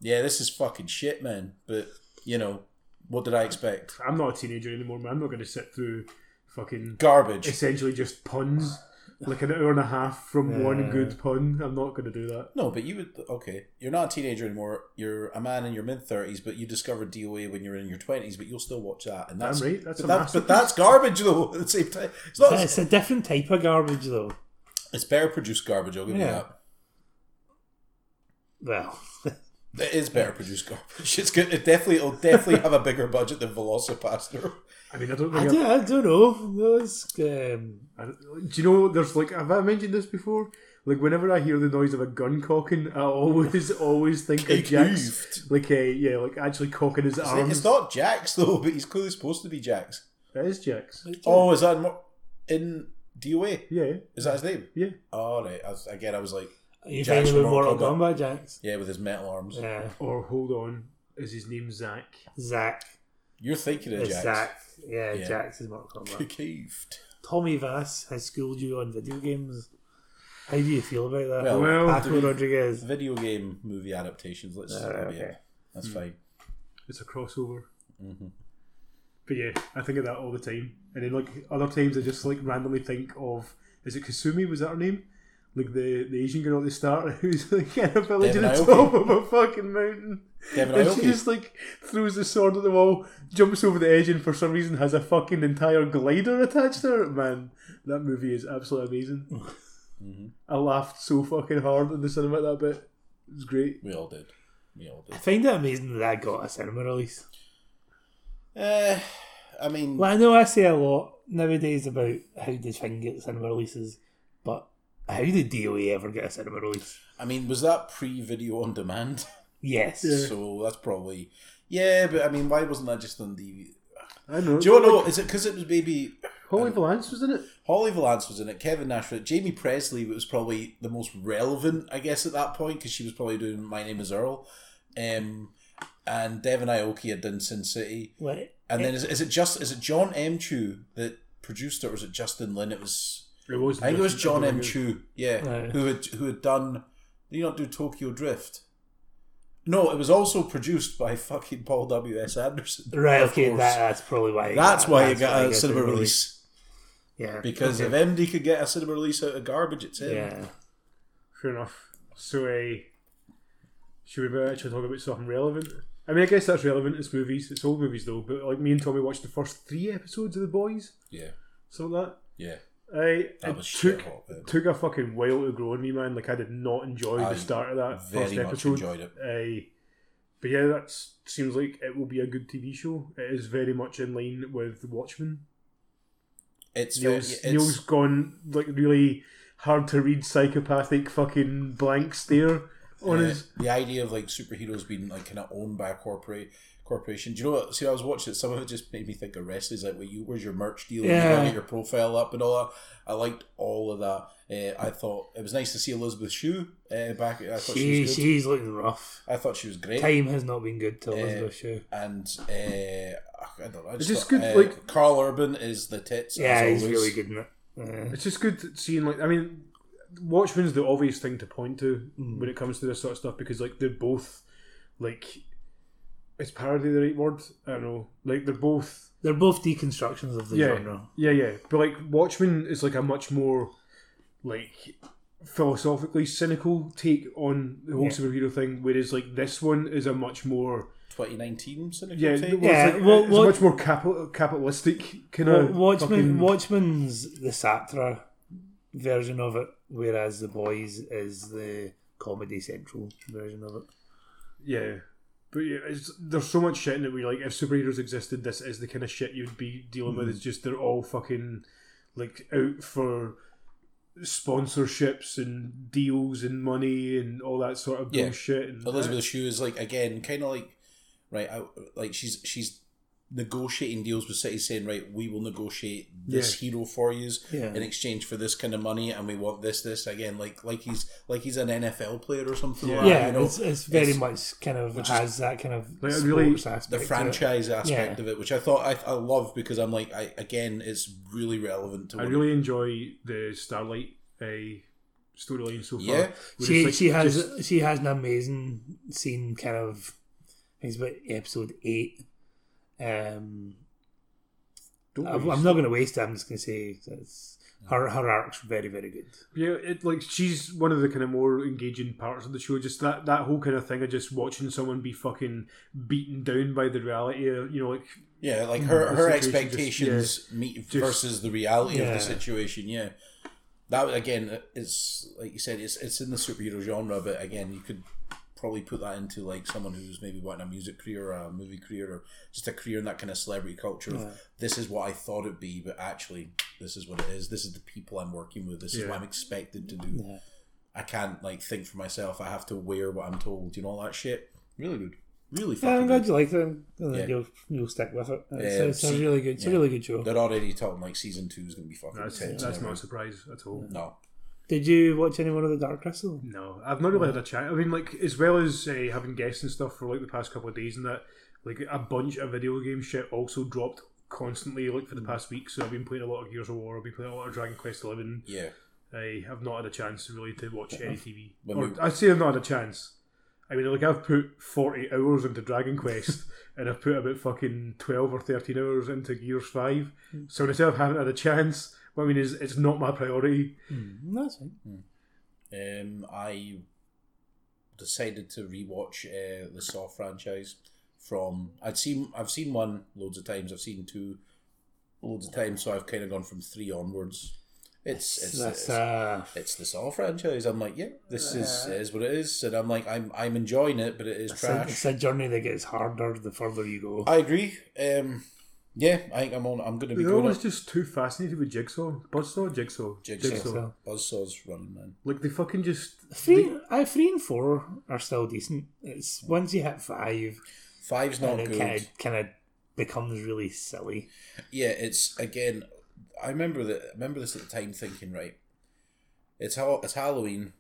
yeah, this is fucking shit, man. But you know, what did I expect?
I'm not a teenager anymore, man. I'm not going to sit through fucking
Garbage.
essentially just puns, like an hour and a half from one good pun. I'm not going to do that.
No, but you would okay. You're not a teenager anymore. You're a man in your mid thirties, but you discovered DOA when you're in your twenties. But you'll still watch that, and that's
Damn right, that's
but,
a
that's but that's garbage though. At the same time, it's
But
not.
Uh, it's a different type of garbage, though.
It's better produced garbage. I'll give
Yeah.
you that.
Well,
It is better produced garbage. It's good. It definitely, it'll definitely have a bigger budget than Velocipaster.
I mean, I don't
I
think.
don't,
I
I don't know. That's, um,
I, do you know? There's like, have I mentioned this before? Like, whenever I hear the noise of a gun cocking, I always, always think of
It
Jack's. Like, a, yeah, like actually cocking his arms.
It's not Jax though, but he's clearly supposed to be Jax.
It is Jack's.
Oh, is that in, Mo- in DOA?
Yeah,
Is that his name?
yeah.
All right. I was, again, I was like,
Are you
Jack's
thinking about
from
Mortal
Mortal
Kombat, Jacks?
yeah, with his metal arms.
Yeah,
Or hold on, is his name Zach?
Zach.
You're thinking of
It's
Jax.
Jax. Yeah,
Yeah.
Jax is Mortal Kombat.
Caved.
Tommy Vass has schooled you on video games. How do you feel about that?
Well,
Well-
Paco Rodriguez.
Video game movie adaptations. Let's
Uh,
maybe
okay.
that's fine.
It's a crossover.
Mhm.
But yeah, I think of that all the time. And then like other times, I just like randomly think of is it Kasumi? Was that her name? Like the, the Asian girl at the start who's like in a village
Devon
at the
Aoki.
top of a fucking mountain.
Devon
and
Aoki.
she just like throws the sword at the wall, jumps over the edge, and for some reason has a fucking entire glider attached to it. Man, that movie is absolutely amazing.
Mm-hmm.
I laughed so fucking hard in the cinema at that bit. It was great.
We all did. We all
I
did.
find it amazing that that got a cinema release.
Uh, I mean,
Well, I know I say a lot nowadays about how did Finn get cinema releases, but how did DOA ever get a cinema release?
I mean, was that pre-video on demand?
Yes.
So that's probably yeah. But I mean, why wasn't that just on DVD?
I know.
Do you know? Is it because it was maybe
Holly Valance was in it.
Holly Valance was in it, Kevin Nash, was in it, Jamie Presley was probably the most relevant, I guess, at that point because she was probably doing My Name Is Earl, um, and Devin Aoki had done Sin City,
Like,
and then is, is it just is it John M. Chu that produced it, or was it Justin Lin? It was
It was.
I think it was John M. Chu, yeah,
Right.
who had who had done. Did you not do Tokyo Drift? No, it was also produced by fucking Paul W. S. Anderson.
right,
of
okay,
course.
that, that's probably why. it
that's
got-
why it got
it
a cinema release.
Yeah.
Because
okay.
if MD could get a cinema release out of garbage, it's him.
Yeah.
Fair enough. So, uh, should we actually talk about something relevant? I mean, I guess that's relevant. It's movies. It's old movies though. But like me and Tommy watched the first three episodes of The Boys,
Yeah,
something like that.
yeah.
I
That
it
was
took
shit hot, man.
took a fucking while to grow on me, man. Like I did not enjoy
I
the start of that
very
first
much
episode.
enjoyed it.
Aye. but yeah, that seems like it will be a good TV show. It is very much in line with Watchmen.
It's very,
Neil's,
it's
Neil's gone like really hard to read psychopathic fucking blank stare on
uh,
his
the idea of like superheroes being like kind of owned by a corporate corporation. Do you know what? See, I was watching it. Some of it just made me think of wrestling's like, well, you where's your merch deal? You
Yeah.
gotta get your profile up and all that. I liked all of that. Uh, I thought it was nice to see Elizabeth Shue uh, back. I thought she,
She,
was good.
she's looking rough.
I thought she was great.
Time has not been good to Elizabeth Shue.
And uh, I don't know. I just
just
thought,
good,
uh,
like-
Carl Urban is the tits.
Yeah,
as
he's
always.
really good in it. Yeah.
It's just good seeing like I mean, Watchmen's the obvious thing to point to when it comes to this sort of stuff because like they're both like is parody the right word? I don't know. Like they're both
They're both deconstructions of the
yeah
genre.
yeah yeah. But like Watchmen is like a much more like philosophically cynical take on the whole
Yeah.
superhero thing, whereas like this one is a much more
2019 cynical
yeah,
take?
well,
Yeah,
it's, like,
well,
it's
what-
a much more capital, capitalistic kind
Wa-
of
Watchmen,
fucking-
Watchmen's the Satra version of it, whereas The Boys is the Comedy Central version of it.
Yeah. But yeah, it's, there's so much shit in it where you're like, if superheroes existed, this is the kind of shit you'd be dealing
Mm-hmm.
with. It's just they're all fucking like out for sponsorships and deals and money and all that sort of
Yeah.
bullshit. And
Elizabeth Shue is like again, kind of like right, I, like she's she's negotiating deals with cities, saying right, we will negotiate this hero for you
Yeah.
in exchange for this kind of money, and we want this, this again, like like he's like he's an NFL player or something. like that,
yeah,
you know,
it's, it's very much kind of has that kind of
Like,
sports
really,
aspect.
the
to it.
franchise aspect
uh, Yeah.
of it, which I thought I, I love because I'm like, I again, it's really relevant to
I
what-
really enjoy the Starlight uh, storyline so far.
Yeah.
where it's,
She
like,
she has
just-
she has an amazing scene, kind of. I think it's about episode eight. Um,
don't
I'm,
waste-
I'm not going to waste it. I'm just going to say it's, her her arc's very very good.
Yeah, it like she's one of the kind of more engaging parts of the show. Just that that whole kind of thing of just watching someone be fucking beaten down by the reality. Of, you know, like
yeah, like her
The
her
situation just-
expectations meet versus the reality of
Yeah.
the situation. Yeah, that again is like you said, it's it's in the superhero genre, but again, you could probably put that into like someone who's maybe wanting a music career or a movie career or just a career in that kind of celebrity culture of this is what I thought it'd be, but actually this is what it is. This is the people I'm working with. This is
Yeah.
what I'm expected to do.
Yeah.
I can't like think for myself. I have to wear what I'm told. You know all that shit. Really good. Really
Yeah, I'm
fucking good.
glad you liked it. and
Yeah.
You'll you'll stick with it. It's,
Yeah,
it's a
see-
really good. It's a
yeah.
really good show.
They're already talking like season two is going to be fucking
that's
intense.
that's
and
not a
everything.
surprise at all.
No.
Did you watch any one of the Dark Crystal?
No, I've not really had a chat. I mean, like as well as uh, having guests and stuff for like the past couple of days and that. like a bunch of video game shit also dropped constantly like for the past week. So I've been playing a lot of Gears of War. I've been playing a lot of Dragon Quest Eleven.
Yeah.
I have not had a chance really to watch
Uh-huh.
any TV.
When
Or,
we-
I'd say I've not had a chance. I mean, like I've put forty hours into Dragon Quest, and I've put about fucking twelve or thirteen hours into Gears Five.
Hmm.
So when I say I haven't had a chance, what I mean is it's not my priority.
Hmm.
Mm, that's fine.
Um, I decided to rewatch uh, the Saw franchise from I'd seen I've seen one loads of times. I've seen two loads of times, so I've kind of gone from three onwards. It's it's
that's
it's,
uh,
it's the Saw franchise. I'm like, yeah, this is is what it is, and I'm like, I'm I'm enjoying it, but it is
it's a,
trash. Uh,
it's a journey that gets harder the further you go.
I agree. Um, yeah, I think I'm on. I'm going to be
They're
going
always
up.
just too fascinated with Jigsaw, Buzzsaw, Jigsaw,
Jigsaw.
Jigsaw.
Buzzsaw's running man.
Like they fucking just
Three, I three and four are still decent. It's once you hit five,
Five's not
and it
good.
kind of kind of becomes really silly.
yeah, it's again. I remember that. I remember this at the time, thinking right. It's how it's Halloween.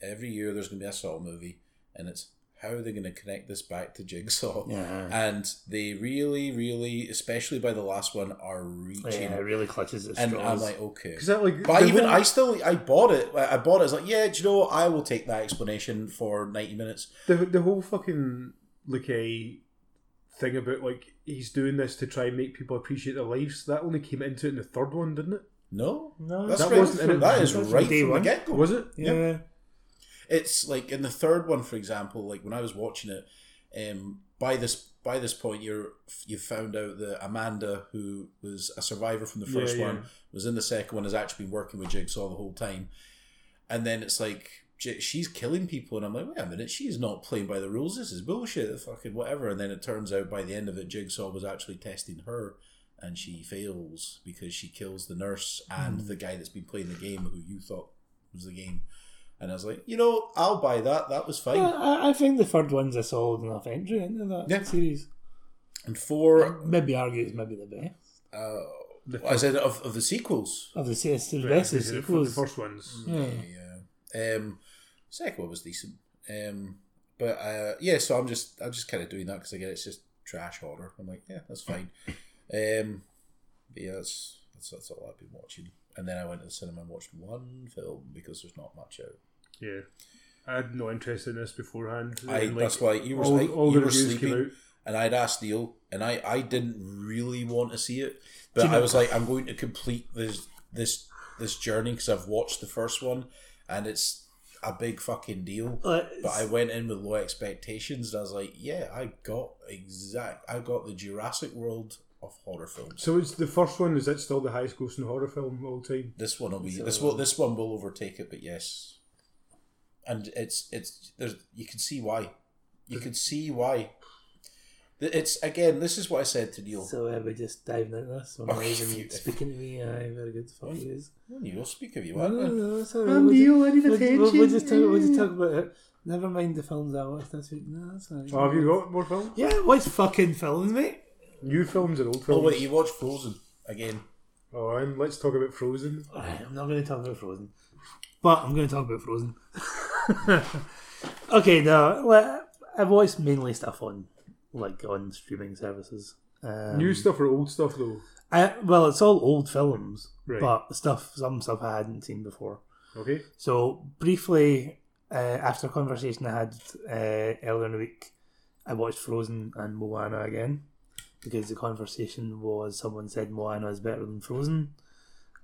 Every year there's going to be a Saw movie, and it's how are they going to connect this back to Jigsaw?
Yeah.
And they really, really, especially by the last one, are reaching.
Yeah, it really clutches its
and I'm
straws.
like, okay.
because that like
But I
the
even
whole-
I still I bought it. I I bought it. It's like, yeah, do you know what? I will take that explanation for ninety minutes.
the the whole fucking like a thing about like he's doing this to try and make people appreciate their lives. That only came into it in the third one, didn't it?
No,
No,
that's uh,
that
right.
wasn't in it.
that is
That's from
right
day
from the
one.
get go.
Was it?
yeah.
It's like in the third one, for example. Like when I was watching it, um, by this by this point, you're you found out that Amanda, who was a survivor from the
Yeah,
first
yeah.
one, was in the second one, has actually been working with Jigsaw the whole time, and then it's like. J- She's killing people, and I'm like, wait a minute, she's not playing by the rules. This is bullshit, fucking whatever. And then it turns out by the end of it, Jigsaw was actually testing her, and she fails because she kills the nurse and the guy that's been playing the game who you thought was the game. And I was like, you know, I'll buy that. That was fine.
Yeah, I, I think the third one's a solid enough entry into that
Yeah.
series.
And four,
Maybe argue it's maybe the best
uh, I said of, of the sequels.
of the series. The best of the
The- the
sequels.
first ones.
Yeah.
Yeah. Um, second one was decent. Um, but uh, yeah, so I'm just I'm just kind of doing that because I get it's just trash horror. I'm like, yeah, that's fine. Um, but yeah, that's, that's that's all I've been watching. And then I went to the cinema and watched one film because there's not much out.
Yeah. I had no interest in this beforehand.
I,
and, like,
that's why you were,
all,
I-
all
you
the
were
reviews
sleeping.
came out.
and I'd asked Neil, and I, I didn't really want to see it, but
Do you
I
know-
was like, I'm going to complete this this this journey because I've watched the first one, and it's a big fucking deal.
Like,
But I went in with low expectations, and I was like, yeah, I got exact, I got the Jurassic World of horror films.
So it's the first one. Is that still the highest grossing horror film of all time?
This one will be
So-
this one this one will overtake it, but yes, and it's it's there's you can see why, you can see why. It's again. This is what I said to Neil.
so uh, we're just diving into this. So
Okay,
okay,
if you-
even speaking to me, aye, very good. Fuck yous.
Well, Neil, speak of you.
No,
want.
no, no, that's all right.
I'm
We'll ju-
Neil, I need
we'll ju- We'll, we'll just talk,
attention.
we'll just talk about it. Never mind the films I watched this week. No, that's alright.
Oh, have you got more films?
Yeah, what's fucking films, mate?
New films and old
Oh
films.
wait, you watched Frozen again?
Oh, and let's talk about Frozen.
Alright, I'm not going to talk about Frozen. But I'm going to talk about Frozen. okay, now, like, I've watched mainly stuff on, like, on streaming services. Um,
New stuff or old stuff though?
I, well, it's all old films,
Right.
but stuff, some stuff I hadn't seen before.
Okay.
So briefly, uh, after a conversation I had uh, earlier in the week, I watched Frozen and Moana again because the conversation was someone said Moana is better than Frozen.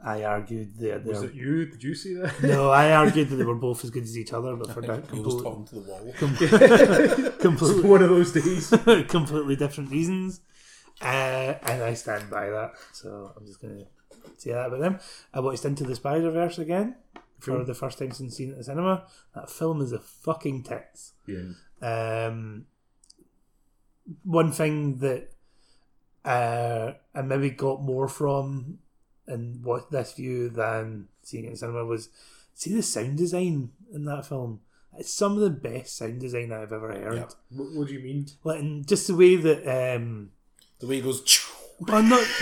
I argued that
Was
they're,
it you? Did you see that?
no, I argued that they were both as good as each other, but for that
He was
completely,
talking to the wall.
completely
One of those days.
completely different reasons. Uh, and I stand by that. So I'm just going to say that about them. I watched Into the Spider Verse again for the first time since seeing it at the cinema. That film is a fucking tits.
Yeah.
Um, one thing that uh, I maybe got more from in what this view than seeing it in cinema was see the sound design in that film. It's some of the best sound design I've ever heard.
Yeah.
What, what do you mean?
Like, and just the way that, um,
The way he goes.
well, not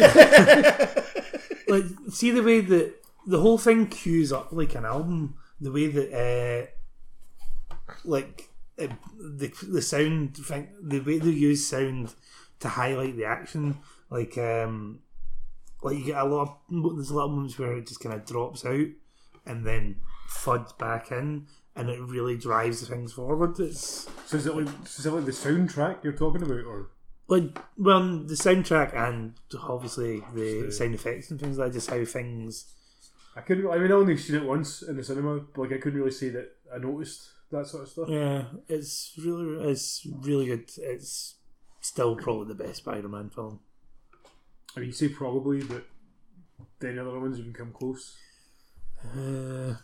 like see the way that the whole thing cues up like an album. The way that, uh, like, it, the the sound thing, the way they use sound to highlight the action. Like um, like you get a lot of there's a lot of moments where it just kind of drops out and then thuds back in, and it really drives the things forward. It's
So is it like so is it like the soundtrack you're talking about, or
like well the soundtrack and obviously the
Sure.
sound effects and things like just how things
I couldn't. I mean, I only seen it once in the cinema, but like I couldn't really say that I noticed that sort of stuff.
yeah it's really it's really good it's still probably the best spider-man film
I mean, you say probably, but then other ones even come close.
uh,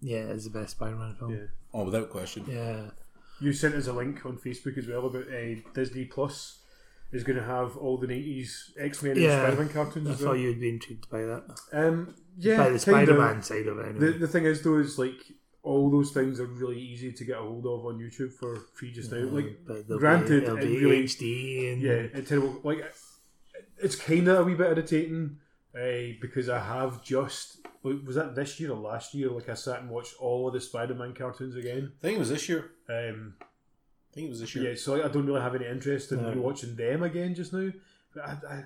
yeah it's the best spider-man film
Yeah.
Oh, without question.
yeah,
You sent us a link on Facebook as well about uh, Disney Plus is going to have all the nineties X Men
Yeah,
and Spider Man cartoons
i
as well.
thought you would be intrigued by that
Um, yeah,
by
kinda.
the spider-man side of it anyway.
The, the thing is though is like all those things are really easy to get a hold of on YouTube for free just now. Like
but there'll be,
granted,
there'll
it
be
really-
HD and
yeah, it's terrible. Like it's kind of a wee bit irritating uh, because I have just like, was that this year or last year? Like I sat and watched all of the Spider Man cartoons again.
I think it was this year.
Um,
I think it was this year.
Yeah, so like, I don't really have any interest in
No.
watching them again just now. But I, I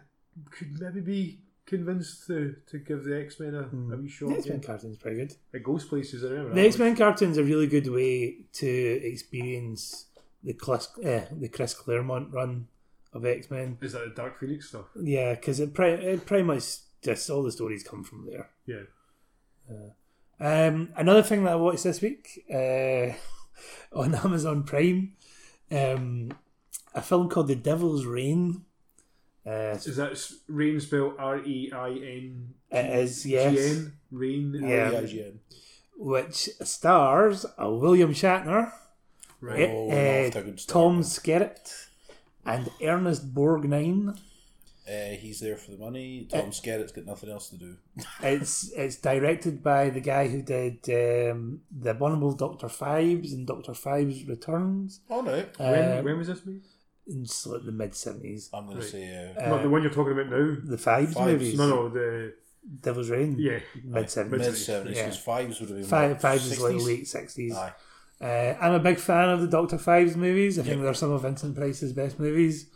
could maybe be convinced to, to give the X Men a, a wee
the
shot.
X-Men
Again.
cartoon's pretty good.
It goes places. I remember.
The
that
X Men cartoon's a really good way to experience the Chris, eh, the Chris Claremont run of X Men.
one. is that the Dark Phoenix stuff?
Yeah, because it, pri- it pretty much just all the stories come from there.
Yeah,
Um, another thing that I watched this week uh, on Amazon Prime, um, a film called The Devil's Reign. Uh,
is that s- Rain spelled R E I N
it is
G
yes,
N Rain?
Yeah.
Yeah, yeah.
which stars a William Shatner.
right.
It-
Oh,
eh,
off to a good start,
Tom
man.
Skerritt and Ernest Borgnine.
Uh, he's there for the money.
Eh.
Tom Skerritt's got nothing else to do.
It's it's directed by the guy who did um, the Abominable Doctor Fives and Doctor Fives Returns
Oh no,
when, when was this made?
Uh, in s- like the mid seventies.
I'm gonna
Right.
say uh,
Uh,
Not the one you're talking about now.
The Fives,
Fives,
movies,
No, no, the
Devil's Reign,
yeah.
mid
mid
seventies.
seventies
yeah.
because fives would have been
Five,
what,
Fives is like
60s?
late sixties.
Aye.
Uh, I'm a big fan of the Doctor Fives movies. I think
Yep.
they're some of Vincent Price's best movies,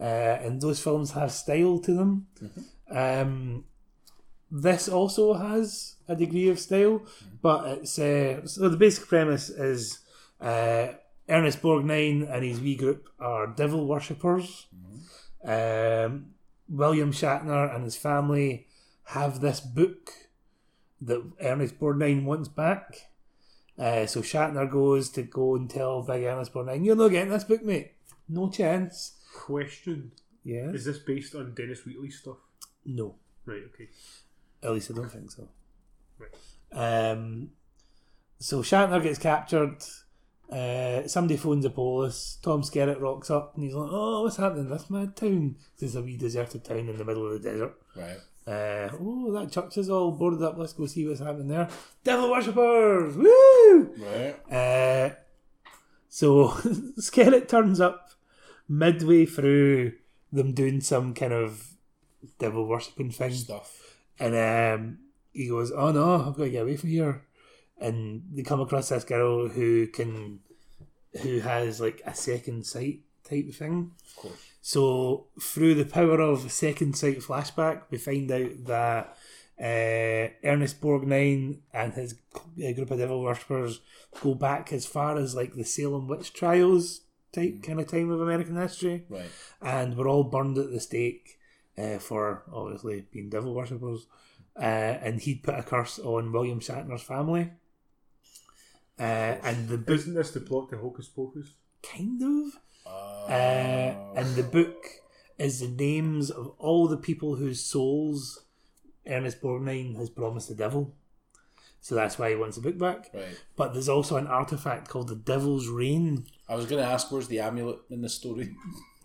uh, and those films have style to them. Um, this also has a degree of style, but it's uh, so the basic premise is uh, Ernest Borgnine and his wee group are devil worshippers. Um, William Shatner and his family have this book that Ernest Borgnine wants back. Uh, so Shatner goes to go and tell Big Ernest Borgnine, "You're not getting this book, mate. No chance."
Question:
Yeah.
Is this based on Dennis Wheatley stuff?
No.
Right. Okay.
At least I don't think so.
Right.
Um, so Shatner gets captured. Uh, somebody phones the police. Tom Skerritt rocks up and he's like, "Oh, what's happening in this mad town? 'Cause It's a wee deserted town in the middle of the desert."
Right.
Uh, oh, that church is all boarded up. Let's go see what's happening there. Devil worshippers! Woo!
Right.
Uh, so Skerritt turns up midway through them doing some kind of devil worshipping thing,
Stuff.
and um, he goes, "Oh no, I've got to get away from here." And they come across this girl who can, who has like a second sight type thing.
Of course.
So through the power of second sight flashback, we find out that uh, Ernest Borgnine and his uh, group of devil worshippers go back as far as like the Salem witch trials type kind of time of American history,
Right.
and we're all burned at the stake uh, for obviously being devil worshippers. Uh, and he'd put a curse on William Shatner's family. Uh, and the book
Isn't this the plot to Hocus Pocus?
kind of uh,
Uh,
and the book is the names of all the people whose souls Ernest Borgnine has promised the devil. So that's why he wants the book back.
right.
But there's also an artifact called the Devil's Reign.
I was gonna ask where's the amulet in the story.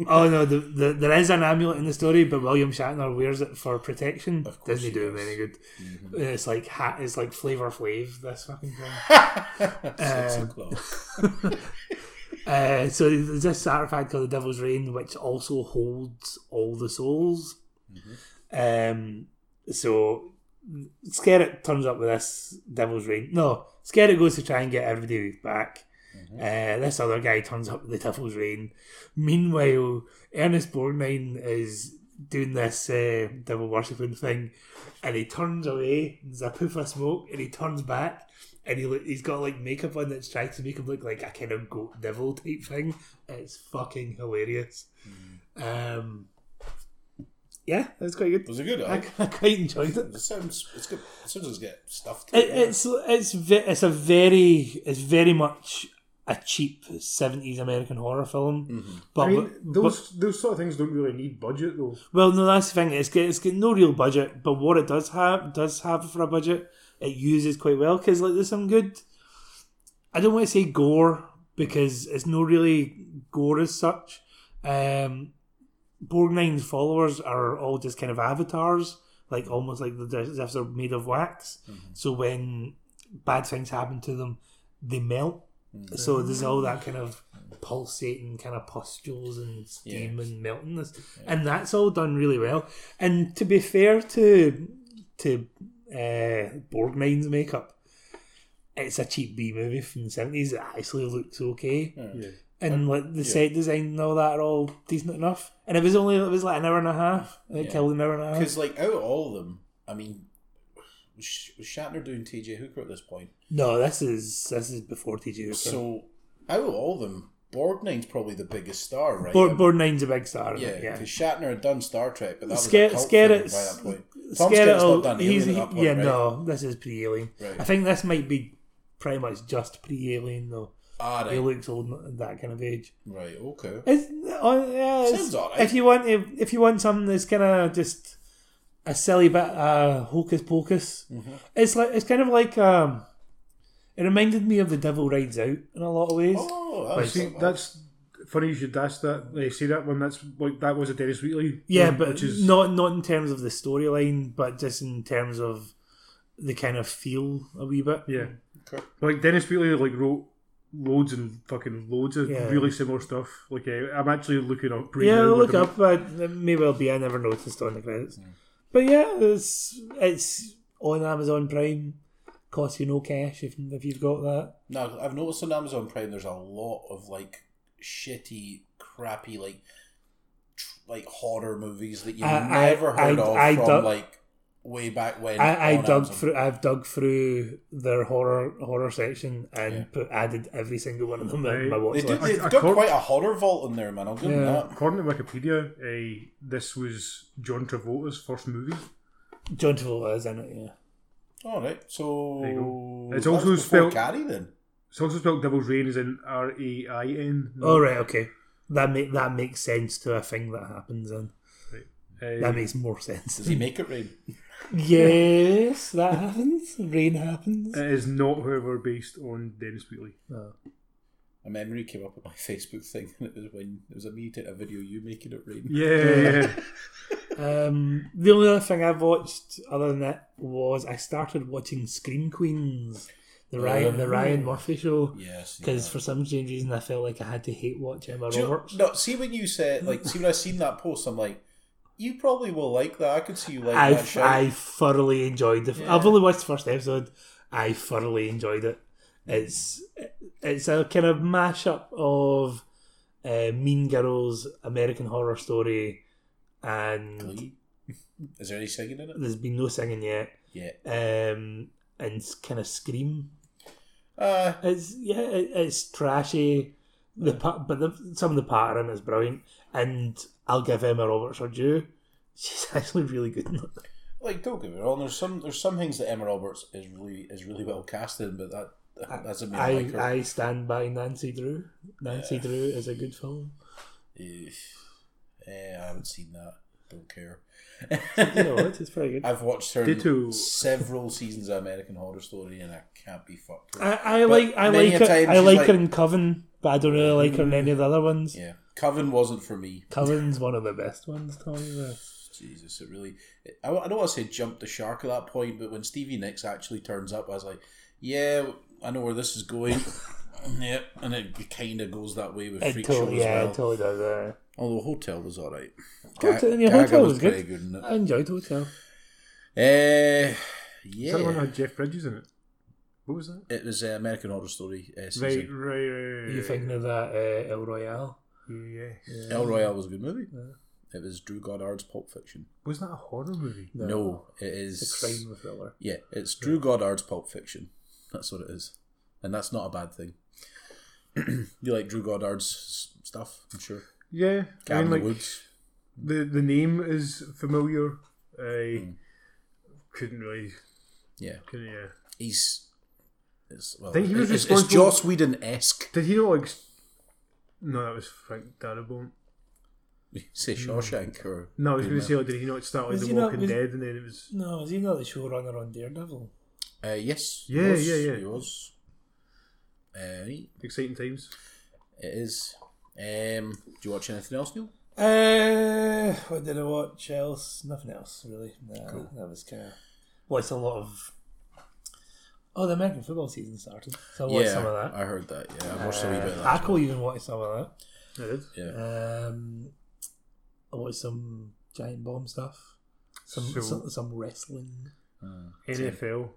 oh no, the, the, there is an amulet in the story, but William Shatner wears it for protection.
Of course
Doesn't he
he
do him
does. Mm-hmm.
any good? Uh, It's like hat. It's like Flavor Flav. This fucking thing.
Six
Um,
o'clock.
Uh, so there's this artifact called the Devil's Reign, which also holds all the souls.
Mm-hmm.
Um, so Skerritt turns up with this Devil's Reign. No, Skerritt goes to try and get everybody back, Uh, this other guy turns up with the Tiffles rain. Meanwhile, Ernest Borgnine is doing this uh, devil worshipping thing, and he turns away. There's a poof of smoke, and he turns back, and he look, he's got like makeup on that's trying to make him look like a kind of goat devil type thing. It's fucking hilarious. Um, yeah, that's quite good.
Was it good?
I,
I,
I quite enjoyed it.
it sounds it's good. It sounds like it's got stuff to
It,
it.
it's it's ve- it's a very it's very much a cheap seventies American horror film, but,
I mean,
but-
those those sort of things don't really need budget though.
well, no, that's the thing. It's got, it's got no real budget, but what it does have does have for a budget, it uses quite well because like there's some good. I don't want to say gore because it's no really gore as such. Um, Borgnine's followers are all just kind of avatars, like almost like they're, as if they're made of wax. So when bad things happen to them, they melt. So there's all that kind of pulsating kind of pustules and steam and meltingness, and that's all done really well. And to be fair to to uh, Borgnine's makeup, it's a cheap B movie from the seventies. It actually looks okay,
Yeah.
and like the set design and all that are all decent enough. And it was only it was like an hour and a half. It killed an hour and a half.
Because like out of all of them, I mean, was Sh- was Shatner doing T.J. Hooker at this point?
No, this is this is before TJ. Hooker.
So out of all of them, Borgnine's probably the biggest star, right?
Bor- Borgnine's a big star.
yeah,
Yeah,
because
yeah.
Shatner had done Star Trek, but that was
Scar-
a cult
Scar-
film by that point. Tom
Scared
Skerritt's
all,
not done
he's,
Alien at that point,
yeah,
right?
no, this is pre-alien.
Right.
I think this might be pretty much just pre-alien though.
Ah,
He
right,
looks old, that kind of age.
right, okay.
It's, oh, yeah, it's-
Sounds alright.
If you want, if, if you want something that's kind of just a silly bit uh, hocus pocus, it's like it's kind of like um, it reminded me of The Devil Rides Out in a lot of ways.
Oh, that was
See,
something.
that's funny you should ask that. Like, say that one. That's like that was a Dennis Wheatley.
yeah,
one,
but
which is
not not in terms of the storyline, but just in terms of the kind of feel a wee bit.
yeah.
Okay.
Like Dennis Wheatley like wrote loads and fucking loads of
Yeah.
really similar stuff. Like eh, I'm actually looking up. Right
Yeah,
now
I'll
what
look
the-
up, but it may well be. I never noticed on the credits. But yeah, it's it's on Amazon Prime. Costs you no cash if if you've got that.
Now I've noticed on Amazon Prime there's a lot of like shitty, crappy, like tr- like horror movies that you
I- I-
never heard
I-
of
I
from
dug-
like way back when.
I, I
on
dug
Amazon.
through. I've dug through their horror horror section and put added every single one of them in
Right.
my watch
They do,
list.
they've
I- I
got
can't-
quite a horror vault in there, man. I'll give them
Yeah.
that.
According to Wikipedia, eh, this was John Travolta's first movie.
John Travolta is in it. Yeah.
All right,
There you
so
It's
that
also
was before
spelled-
Carrie then.
It's also spelled Devil's Reign as in R A I N.
All Oh, right. Okay. That make that makes sense to a thing that happens in. That makes more sense.
Does he make it rain?
yes, that happens. Rain happens.
It is not, however, based on Dennis Wheatley.
A memory came up on my Facebook thing, and it was when it was a me taking a video you making it rain.
Yeah, yeah.
Um, the only other thing I've watched other than that was I started watching Scream Queens, the Ryan the Ryan Murphy show,
Yes.
because for some strange reason I felt like I had to hate watch Emma
Do you-
Roberts.
no, see when you said like, see when I seen that post, I'm like, you probably will like that. I could see you like
I,
that show.
I thoroughly enjoyed it. I've only watched the first episode. I thoroughly enjoyed it. It's it's a kind of mashup of uh, Mean Girls, American Horror Story, and
Glee? Is there any singing in it?
there's been no singing yet.
Yeah.
Um, and kind of Scream.
Uh,
It's yeah, it, it's trashy. The part, but the, some of the pattern is brilliant, and I'll give Emma Roberts her due. She's actually really good. In it.
like don't get me wrong. There's some there's some things that Emma Roberts is really is really well cast in, but that that doesn't mean I,
I
like her.
I stand by Nancy Drew. Nancy Drew is a good film.
Eh, I haven't seen that. Don't care.
You know what? It's pretty good.
I've watched her
Ditto.
in several seasons of American Horror Story, and I can't be fucked. With. it.
I, I like I
many
like
a
her,
time
I
she's
like, her
like-
in Coven, but I don't really like her in any of the other ones.
Yeah, Coven wasn't for me.
Coven's one of the best ones. Tommy. though.
Jesus, it really. I, I don't want to say jump the shark at that point, but when Stevie Nicks actually turns up, I was like, yeah, I know where this is going. yep, and it kind of goes that way with
It
Freak Show
totally,
as
yeah, it
well.
totally does. Uh,
Although Hotel was all right.
Hotel- yeah, Hotel was good.
pretty good.
I enjoyed Hotel.
in it. Uh,
Is that the one that
yeah,
had Jeff Bridges in it? What was that?
It was uh, American Horror Story uh,
Right,
season.
right, right.
Are you thinking of that uh, El Royale?
Yeah.
El Royale was a good movie. It was Drew Goddard's Pulp Fiction.
Was that a horror movie?
No, it is.
It's a crime thriller.
Yeah, it's Drew Goddard's Pulp Fiction. That's what it is, and that's not a bad thing. you like Drew Goddard's s- stuff, I'm sure.
Yeah. I
Cabin
mean,
in
like
the Woods.
the the name is familiar.
Hmm.
I couldn't really.
Yeah,
Couldn't, yeah.
he's. It's, well,
think he was
it's, it's
responsible-
Joss Whedon esque.
Did he not like? s- No, that was Frank Darabont.
Say Shawshank or
Hmm. No, I was going to say, like, did he not start like
Was
The
he not-
Walking
was-
Dead, and then it was
No, is he not the showrunner on Daredevil?
Uh, yes. he
Yeah,
was,
yeah, yeah.
He was. Uh, he-
exciting times?
it is. Um, do you watch anything else, Neil?
Uh, what did I watch else? Nothing else really. Nah, that was kind of. Well, it's a lot of. Oh, the American football season started, so I watched some of that. Uh,
I heard that. Yeah, I watched a wee bit of that.
Ackle even watched some of
I did.
Yeah.
that. Um, I watched some giant bomb stuff, some
So-
some, some wrestling.
NFL.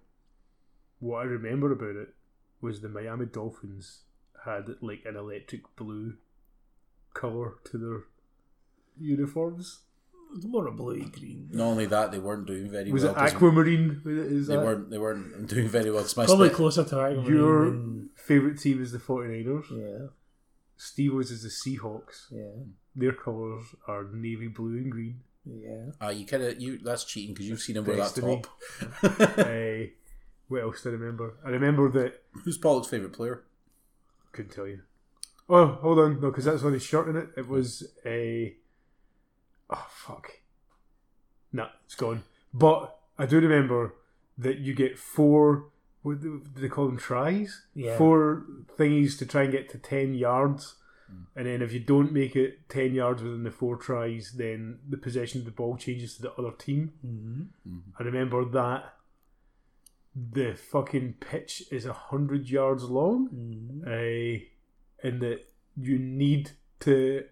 What I remember about it was the Miami Dolphins had like an electric blue color to their uniforms.
It was more a bluey green.
Not only that, they weren't doing very
Was
well.
it
'cause
aquamarine? Is
They
that
weren't. They weren't doing very well. 'cause my
Probably
spe-
closer to Ireland
your
than-
favorite team? Is the 49ers?
Yeah,
Steve was is the Seahawks.
yeah,
Their colors are navy blue and green.
yeah.
Ah, you kind of you. That's cheating because you've seen him wear that
Destiny.
top.
uh, what else do I remember? I remember that
Who's Pollock's favorite player?
Couldn't tell you. Oh, hold on, no, because that's on his shirt in it. It was a. Oh fuck. Nah, it's gone. But I do remember that you get four. What do do they call them? Tries.
Yeah.
Four thingies to try and get to ten yards, and then if you don't make it ten yards within the four tries, then the possession of the ball changes to the other team.
Mm-hmm.
I remember that. The fucking pitch is hundred yards long
Mm-hmm.
uh, in that you need to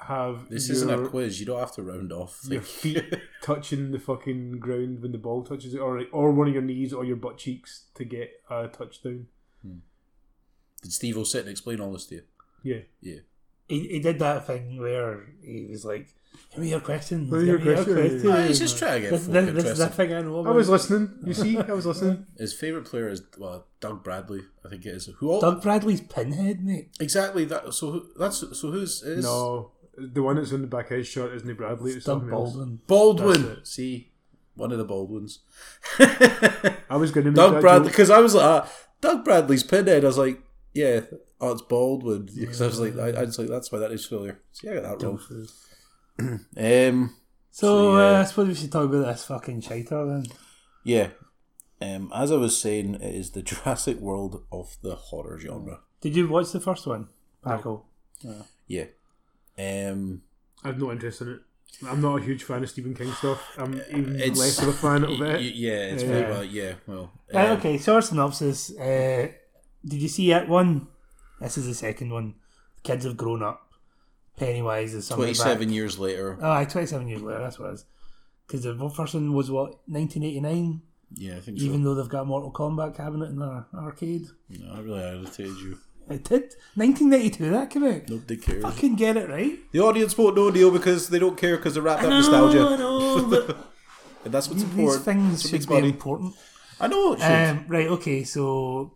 have
This
your,
isn't a quiz. You don't have to round off.
your
Like,
feet touching the fucking ground when the ball touches it, or or one of your knees or your butt cheeks to get a touchdown.
did Steve O sit and explain all this to you?
Yeah,
Yeah.
He, he did that thing where he was like, "Give me your questions. Give
Give me your
me your
questions."
questions."
Ah, he's just trying to get
This,
folk
this, this is the
interested.
thing I know.
I
About.
was listening. You see, I was listening.
His favorite player is well Doug Bradley. I think it is. Who all,
Doug Bradley's pinhead, mate.
exactly that? So who, that's so who's is
No, the one that's on the back of his shirt isn't Bradley. It's
Doug
something else.
Baldwin.
Baldwin? See, one of the Baldwins.
I was going to make
Doug
that
Bradley,
joke.
because I was like, ah, Doug Bradley's pinhead. I was like, yeah, oh, it's Baldwin. Because I was like, I, I was like, that's why that is familiar. See, I got that wrong. Um,
So
yeah.
uh, I suppose we should talk about this fucking shiter then.
yeah. Um, as I was saying, it is the Jurassic World of the horror genre.
Did you watch the first one, Paco?
Yeah. Um,
I've no interest in it. I'm not a huge fan of Stephen King stuff. I'm even
it's
less of a fan of
y-
it.
y- yeah, it's
Yeah.
very well, yeah, well,
Uh,
um,
okay, short synopsis. Uh, did you see that one? This is the second one. Kids have grown up. Pennywise is something. back.
twenty-seven years later.
Oh, aye, 27 years later, that's what it is. Because the first one was what, 1989?
Yeah, I think
Even though they've got a Mortal Kombat cabinet in their arcade.
so. No, I really irritated you.
It did. 1992, that came out.
Nobody cares.
Fucking get it right.
The audience won't know Neil because they don't care because they're wrapped up in
I
nostalgia,
know, but
and that's what's
these
important. That's
things
what
should
makes
be
money.
important.
I know it should.
Um, right, okay, so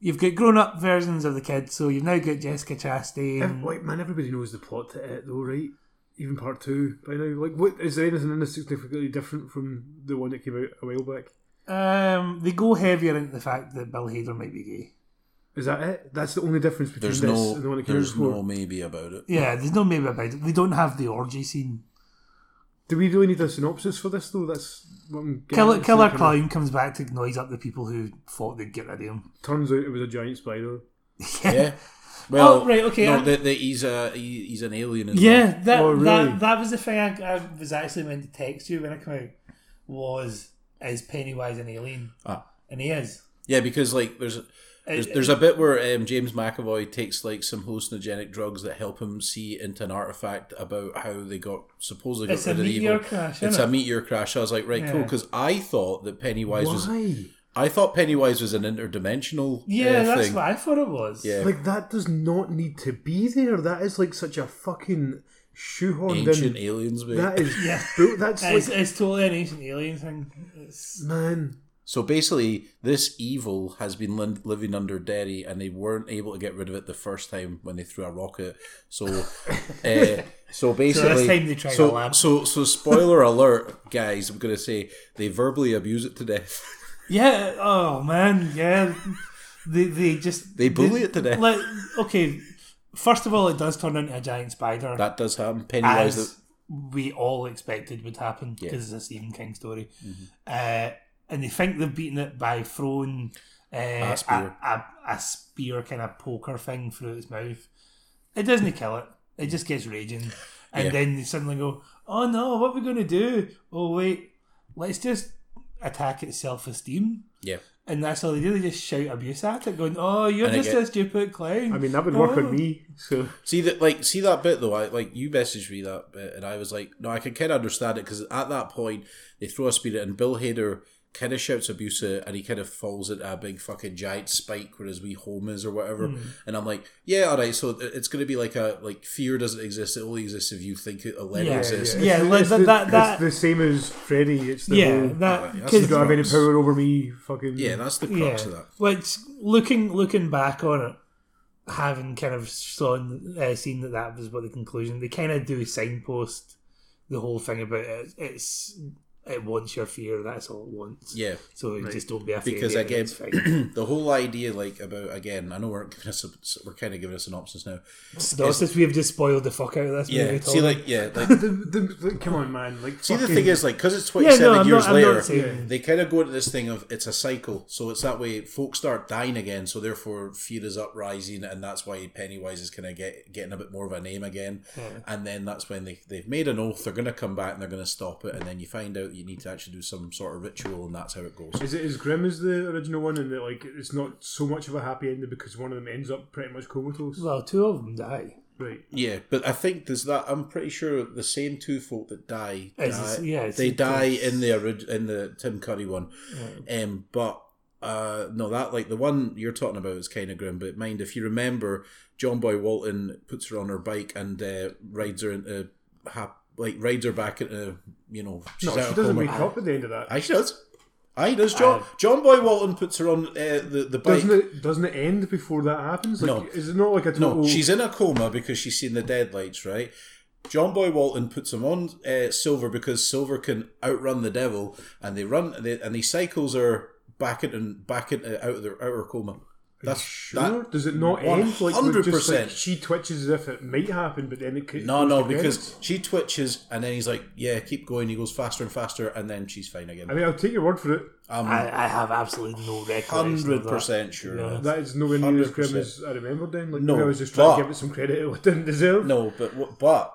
you've got grown up versions of the kids, so you've now got Jessica Chastain.
Um,
Ev- Like man, everybody knows the plot to it, though, right? Even part two by now. Like, what is there anything in this significantly different from the one that came out a while back?
Um, they go heavier into the fact that Bill Hader might be gay.
Is that it? That's the only difference between
there's
this
no,
and the one that came out
there's
before.
no maybe about it.
Yeah, there's no maybe about it. They don't have the orgy scene.
Do we really need a synopsis for this though? That's what I'm getting.
Killer,
at.
Killer
It's like,
Clown comes back to noise up the people who thought they'd get rid of him.
Turns out it was a giant spider.
Yeah. Well,
Oh, right, okay,
No,
I-
the, the, he's a he, he's an alien. As well.
Yeah, that
Oh, really?
that, that was the thing I, I was actually meant to text you when I come out. Was is Pennywise an alien?
Ah.
And he is.
yeah, because like there's there's,
It-
there's a bit where um, James McAvoy takes like some hallucinogenic drugs that help him see into an artifact about how they got supposedly got
It's a
rid of the
meteor
evil.
crash.
it's
isn't
a meteor crash. I was like, right, cool,
Yeah.
because I thought that Pennywise was
Why?
I thought Pennywise was an interdimensional.
Yeah,
uh,
that's
thing.
what I thought it was.
Yeah.
Like that does not need to be there. That is like such a fucking shoehorned
Ancient
in.
aliens, mate.
That is
Yeah.
bu- that's
It's,
like
it's totally an ancient alien thing. It's,
man.
So basically, this evil has been lin- living under Derry, and they weren't able to get rid of it the first time when they threw a rocket. So, uh, so basically,
time they tried
so,
a lamp.
so so spoiler alert, guys. I'm gonna say they verbally abuse it to death.
yeah. Oh man. Yeah. They they just
They bully it to death.
Like okay, first of all, it does turn into a giant spider,
that does happen. Pennywise.
as we all expected would happen because it's a Stephen King story.
Mm-hmm.
Uh, and they think they've beaten it by throwing uh, a,
spear.
a, a spear kind of poker thing through its mouth. It doesn't kill it. It just gets raging, and
Yeah.
then they suddenly go, "Oh no, what are we going to do? Oh wait, let's just attack its self-esteem."
yeah.
And that's all they do. They just shout abuse at it, going, "Oh, you're
And it
just
get-
a stupid clown."
I mean, that would work
Oh.
on me. So
See that, like, see that bit though. I like you messaged me that bit, and I was like, no, I can kind of understand it because at that point they throw a spear, and Bill Hader kind of shouts abuse it, and he kind of falls into a big fucking giant spike where his wee home is or whatever. And I'm like, yeah, all right. So it- it's gonna be like a like fear doesn't exist. It only exists if you think it. Let it
Yeah,
exist.
yeah.
It's-
like
it's
that-
the-
that- that-
it's the same as Freddy. It's the
yeah,
whole,
that
Oh, that's
because
you don't have any
drugs.
power over me. Fucking
Yeah, that's the crux of that.
Which looking looking back on it, having kind of seen, uh, seen that that was what the conclusion. They kind of do signpost the whole thing about it. It's it wants your fear. That's all it wants.
Yeah.
So just don't be afraid.
because
of it, it's fine.
again, the whole idea, like about again, I know we're giving us a, we're kind of giving a synopsis now.
So it's just we've just spoiled the fuck out of this
Yeah,
movie.
see,
Tom.
like, yeah, like
The, the, the- come on, man. Like,
See, the
fucking-
thing is, like, because it's
yeah,
27
no, I'm
years
not, I'm not
later,
saying.
they kind of go into this thing of it's a cycle. So it's that way folks start dying again. So therefore, fear is uprising, and that's why Pennywise is kind of get, getting a bit more of a name again.
Hmm.
And then that's when they, they've made an oath, they're going to come back and they're going to stop it. And then you find out you need to actually do some sort of ritual, and that's how it goes.
Is it as grim as the original one, and that like it's not so much of a happy ending because one of them ends up pretty much comatose?
Well, two of them die.
Right.
Yeah, but I think there's that. I'm pretty sure the same two folk that die,
It's-
die
yeah, it's-
they
it's-
die in the orig- in the Tim Curry one. Um, but uh, no, that like the one you're talking about is kind of grim. But mind if you remember, John Boy Walton puts her on her bike and uh, rides her into hap- like rides her back into you know she's
No,
out
she
of
doesn't
coma.
wake up at the end of that.
Aye, she does. Aye, does John John Boy Walton puts her on uh, the the bike.
Doesn't it? Doesn't it end before that happens? Like,
No.
Is it not like a total?
No, she's in a coma because she's seen the deadlights, right? John Boy Walton puts him on uh, Silver because Silver can outrun the devil, and they run they, and he cycles her back into back into out of their outer coma. That's
Sure.
that-
Does it not end like with just
100%.
like she twitches as if it might happen, but then it could.
No, no, because she twitches, and then he's like, "Yeah, keep going." He goes faster and faster, and then she's fine
I
again.
mean, I'll take your word for it.
I'm
I, I have absolutely no recollection. of that.
hundred percent sure.
Yeah.
That is nowhere near as grim
100%.
as I remembered. Then, like,
No,
maybe I was just trying
but-
to give it some credit it didn't deserve.
No, but what- but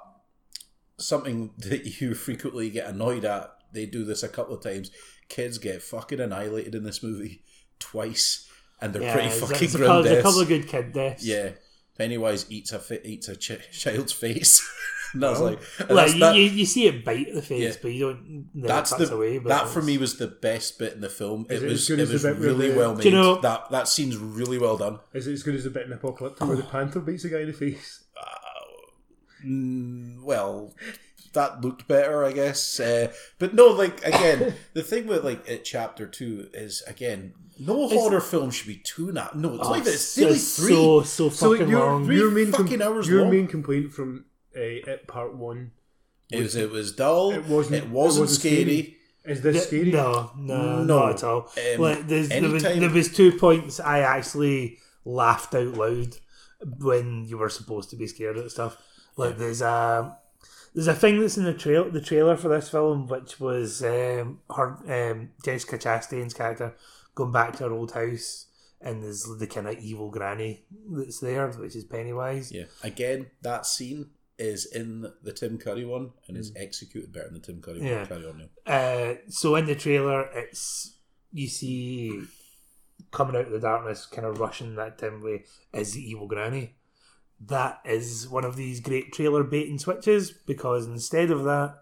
something that you frequently get annoyed at. They do this a couple of times. Kids get fucking annihilated in this movie twice, and they're
Yeah,
pretty
it's-
fucking
it's a
grim
couple- There's a
deaths.
couple of good kid deaths.
yeah, Pennywise eats a fi- eats a ch- child's face. and I was like, and
Like
that's,
you,
that,
you, you see it bite the face,
Yeah.
but you don't. Then
that's
that's
the
away. But
that for
it's-
me was the best bit in the film.
Is
It
it as
was
good
it
as the
was
bit where
really
the-
well
Do
made.
you know-
that that seems really well done.
Is it as good as the bit in Apocalypto where the panther beats a guy in the face?
Mm, well that looked better i guess uh, but no like again the thing with like it chapter two is again no horror film should be two now no it's
Oh,
like that it's
so-
still like three
So so fucking
your,
long.
your main
fucking hours
your
long.
main complaint from uh, it part one
it was it was dull
it wasn't
it wasn't, scary,
Is this scary?
No, no,
No.
not at all.
Um,
like there's, there, was,
anytime-
there was two points I actually laughed out loud when you were supposed to be scared at stuff. Like there's a there's a thing that's in the trail the trailer for this film, which was um, her um, Jessica Chastain's character going back to her old house, and there's the kind of evil granny that's there, which is Pennywise.
yeah again that scene is in the tim curry one and is executed better than the tim curry
Yeah.
one carry on now
Uh, so in the trailer, it's you see coming out of the darkness, kind of rushing that dim way is the evil granny. That is one of these great trailer bait and switches because instead of that,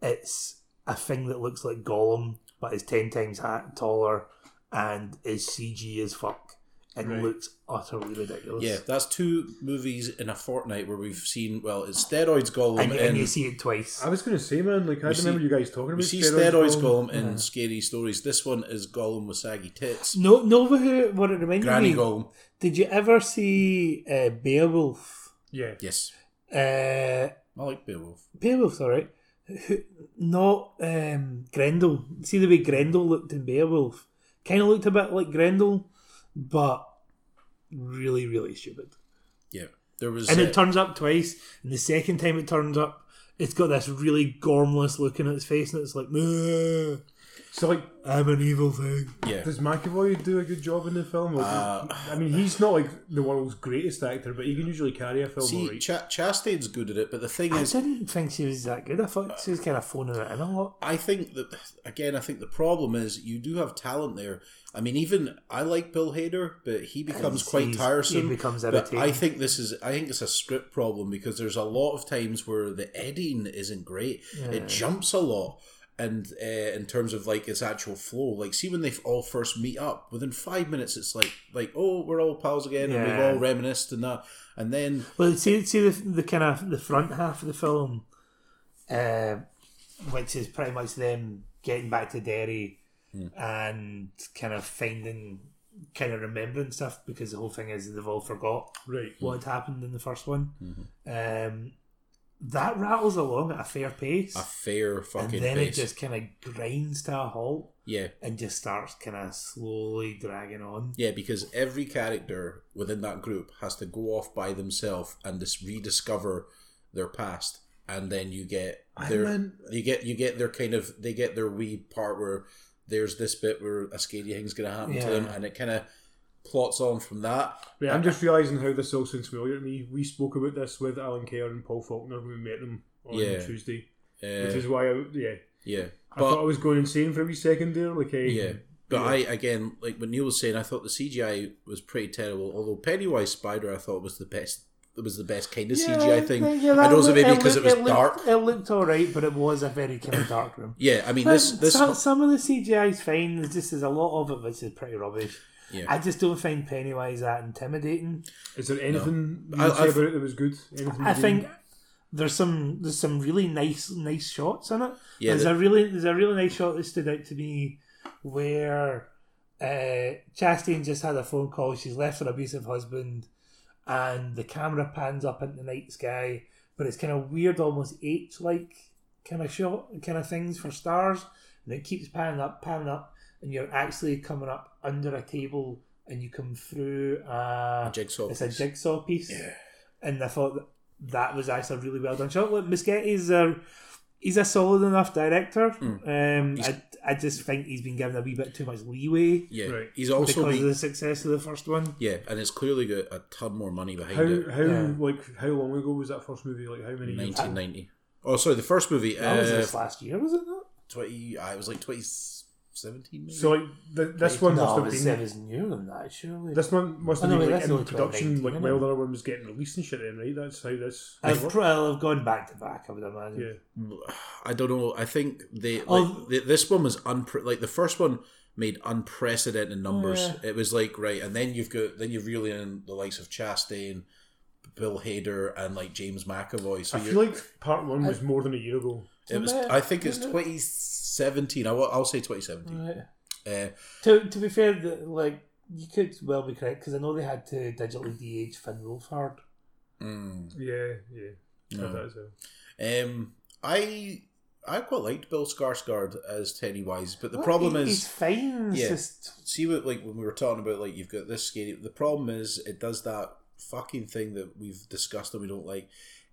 it's a thing that looks like Gollum but is ten times ha- taller and is CG as fuck and
Right.
looks utterly ridiculous.
Yeah, that's two movies in a fortnight where we've seen well, it's steroids Gollum
and,
and,
you- and you see it twice.
I was going to say, man, like I
We see-
remember you guys talking about
we see
steroids
steroids Gollum in
Yeah.
scary stories. This one is Gollum with saggy tits,
No, no, who- what it reminded
Granny
me.
Gollum.
Did you ever see uh, Beowulf?
Yeah,
Yes,
Uh,
I like Beowulf.
Beowulf's alright. Who- Not um, Grendel. See the way Grendel looked in Beowulf? Kind of looked a bit like Grendel, but really, really stupid.
Yeah, there was
And
uh,
it turns up twice, and the second time it turns up, it's got this really gormless look in its face, and it's like, "Meh,
so like,
I'm an evil thing.
yeah.
does McAvoy do a good job in the film? Or does-
Uh,
I mean, he's not like the world's greatest actor, but he can usually carry a film.
See,
alright.
Cha- Chastain's good at it, but the thing
I
is,
didn't think she was that good. I thought she was kind of phoning it in a lot.
I think that again. I think the problem is you do have talent there. I mean, even I like Bill Hader, but he becomes
He's-
quite
he's-
tiresome.
he becomes
but I
irritating.
think this is. I think it's a script problem because there's a lot of times where the editing isn't great. It jumps a lot, and uh, in terms of like its actual flow, like see when they all first meet up, within five minutes it's like like oh we're all pals again and we've
Yeah.
all reminisced and that, and then
Well, see, see the, the kind of the front half of the film, uh, which is pretty much them getting back to Derry
Hmm.
and kind of finding, kind of remembering stuff because the whole thing is they've all forgot
right?
Hmm.
what had happened in the first one.
Mm-hmm.
Um, that rattles along at a fair pace,
a fair
and
fucking
then
pace.
it just kind of grinds to a halt
yeah.
and just starts kind of slowly dragging on.
Yeah, because every character within that group has to go off by themselves and just rediscover their past, and then you get
I
their
mean-
you get you get their kind of they get their wee part where there's this bit where a scary thing's gonna happen to them,
Yeah.
and it kind of plots on from that.
Right, I'm just realising how this all sounds familiar to me. We spoke about this with Alan Kerr and Paul Faulkner when we met them on
Yeah.
Tuesday, which
Uh,
is why I yeah.
yeah,
I
but
thought I was going insane for a wee second there. Like, eh, hey,
yeah. But I again, like when Neil was saying, I thought the CGI was pretty terrible. Although Pennywise Spider, I thought was the best. It was the best kind of CGI thing. I don't know, maybe because it was dark.
It looked all right, but it was a very kind of dark room.
Yeah, I mean this. This
some, some of the CGI is fine. There's just there's a lot of it which is pretty rubbish.
Yeah.
I just don't find Pennywise that intimidating.
is there anything you
I-
would say
I-
about it that was good? Anything
I
you
think there's some there's some really nice nice shots in it.
Yeah,
there's
the-
a really there's a really nice shot that stood out to me where uh, Chastain just had a phone call. She's left her abusive husband, and the camera pans up into the night sky, but it's kind of weird, almost H like kind of shot kind of things for stars, and it keeps panning up, panning up, and you're actually coming up under a table, and you come through a,
jigsaw
It's a
piece.
jigsaw piece, and I thought that, that was actually a really well done shot. Look, Muschetti's a he's a solid enough director.
Hmm.
Um, I I just think he's been given a wee bit too much leeway
Yeah,
Right.
he's
because
also
of
been,
the success of the first one.
yeah, and it's clearly got a ton more money behind
how
it.
how
Yeah.
like how long ago was that first movie? Like how many years?
Nineteen ninety. Oh, sorry, the first movie.
That was
Uh,
this last year, was it not?
twenty. I was like twenty seventeen. Maybe.
So like th- this one must
no,
have
it
been
said it was newer than that, surely.
this one must
Oh,
have
no,
been
wait,
like
that's
in
only
production
2019,
like
isn't
while
it?
the other one was getting released and shit. Then right, that's how this.
I've,
worked.
pro- I've gone back to back. I've done that.
yeah,
I don't know. I think they. Like,
Oh.
th- this one was unpre- like the first one made unprecedented numbers. It was like right, and then you've got then you've really in the likes of Chastain, Bill Hader, and like James McAvoy. So
I
you're,
feel like part one was more than a year ago.
it was. I think it's twenty seventeen. I will, I'll say twenty seventeen.
Right.
Uh,
To to be fair, the, like you could well be correct because I know they had to digitally de-age Finn Wolfhard.
mm.
Yeah, yeah.
No.
I thought so.
Um, I I quite liked Bill Skarsgård as Teddy Wise, but the
Well,
problem
he- he's
is,
fine. It's
Yeah.
just
see what like when we were talking about like you've got this scary. The problem is it does that fucking thing that we've discussed and we don't like.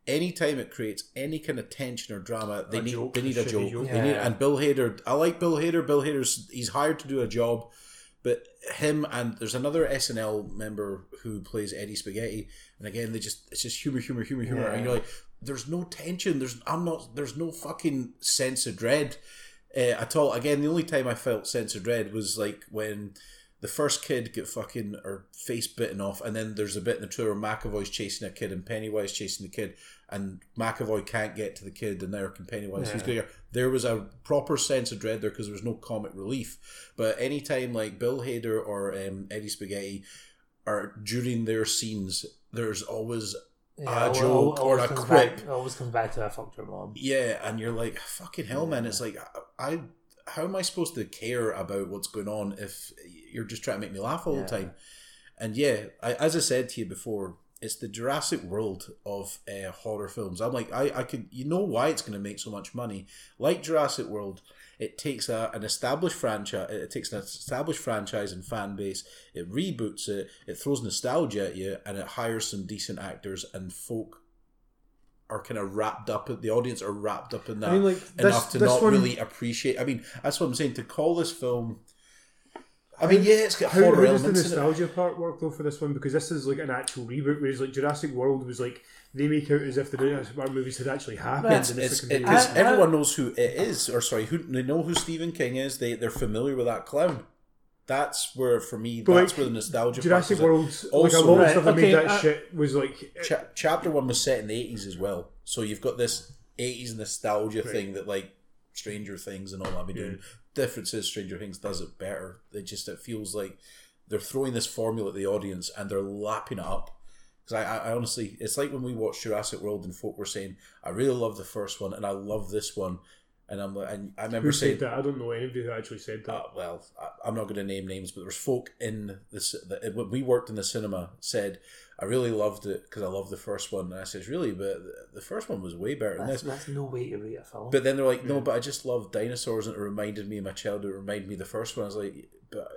Anytime it creates any kind of tension or drama, they
A
need
joke,
they need a
shitty
joke.
joke.
They need,
Yeah.
and Bill Hader, I like Bill Hader. Bill Hader's he's hired to do a job, but him and there's another SNL member who plays Eddie Spaghetti, and again they just it's just humor, humor, humor, humor, and
Yeah.
you're like, there's no tension. There's I'm not. There's no fucking sense of dread uh, at all. Again, the only time I felt sense of dread was like when the first kid get fucking her face bitten off, and then there's a bit in the trailer where McAvoy's chasing a kid and Pennywise chasing the kid, and McAvoy can't get to the kid, and there can Pennywise. He's going. There was a proper sense of dread there because there was no comic relief. But anytime like Bill Hader or um, Eddie Spaghetti are during their scenes, there's always
Yeah, it
a
al-
joke
al-
Uh, or
always
a
comes
quip.
Back, it always comes back to I fucked your mom.
Yeah, and you're like, fucking hell, man. It's like, I, I- how am I supposed to care about what's going on if you're just trying to make me laugh all
Yeah.
the time? And yeah, I, as I said to you before, it's the Jurassic World of uh, horror films. I'm like, I, I could, you know, why it's going to make so much money? Like Jurassic World, it takes a, an established franchise, it takes an established franchise and fan base, it reboots it, it throws nostalgia at you, and it hires some decent actors and folk are kind of wrapped up the audience are wrapped up in that
I mean, like
enough
this,
to
this
not
one,
really appreciate i mean that's what i'm saying to call this film i mean yeah it's got
How, how
horror
does the
elements in it.
nostalgia part work though for this one? Because this is like an actual reboot, whereas like Jurassic World was like they make out as if the Jurassic Park movies had actually happened.
it's,
and
it's,
like a
it,
continuation.
'cause
I- I-
everyone knows who it is or sorry who they know who stephen king is they, they're familiar with that clown that's where for me
But,
that's
like,
where the nostalgia
Jurassic
part
World, like a
Also-
lot
Right,
of stuff that
okay,
made that
uh,
shit was like
is. Cha- chapter one was set in the 80s as well so you've got this 80s nostalgia thing that like stranger things and all that be doing differences stranger things does it better it just it feels like they're throwing this formula at the audience and they're lapping it up. Because I, I, I honestly, it's like when we watched Jurassic World and folk were saying, "I really love the first one and I love this one," and I'm like, and I remember
who said
saying,
that? I don't know anybody who actually said that.
uh, well, I, I'm not going to name names, but there was folk in this that when we worked in the cinema said, "I really loved it because I loved the first one," and I says, "Really, but the- the first one was way better than
That's,
this."
that's no way to rate a film.
But then they're like, no, but I just love dinosaurs and it reminded me of my childhood. It reminded me of the first one. I was like, but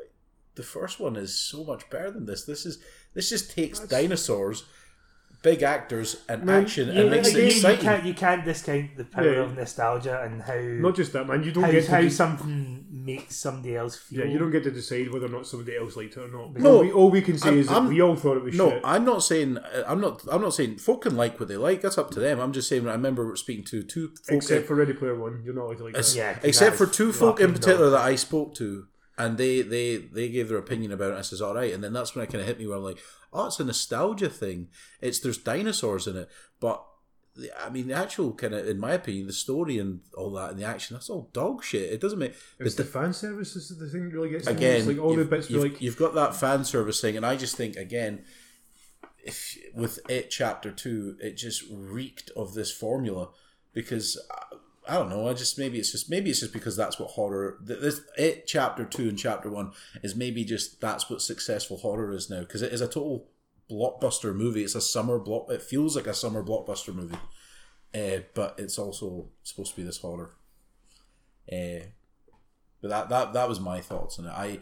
the first one is so much better than this. This is this just takes dinosaurs, big actors, and
Man,
action
You-
and makes
you-
it
you,
exciting.
can't, you can't discount the power
Yeah.
of nostalgia and how
Not just that, man. You don't
how,
get to
how
do-
something makes somebody else feel.
yeah, you don't get to decide whether or not somebody else liked it or not.
No.
all we, all we can say
I'm-
is that
I'm-
we all thought it was
No,
shit.
I'm not saying uh, I'm not I'm not saying folk can like what they like. That's up to them. I'm just saying I remember speaking to two folk
Except for Ready Player One, you're not allowed to like that.
It's-
Yeah, 'cause
except for
that is
two folk in
fucking
particular that I spoke to, and they they they gave their opinion about it. I says, all right, and then that's when it kind of hit me where I'm like, oh, it's a nostalgia thing. It's there's dinosaurs in it, but the, I mean the actual kind of, in my opinion, the story and all that and the action, that's all dog shit. It doesn't make
It's
the-
the fan service is the thing that really gets to me.
again.
It's like all the
you've-
bits were
you've,
like
you've got that fan service thing, and I just think again. If with it chapter two, it just reeked of this formula because uh, I don't know. I just maybe it's just maybe it's just because that's what horror. th- This it chapter two and chapter one is maybe just that's what successful horror is now because it is a total blockbuster movie. It's a summer block. It feels like a summer blockbuster movie, uh, but it's also supposed to be this horror. Uh, but that that that was my thoughts on it. I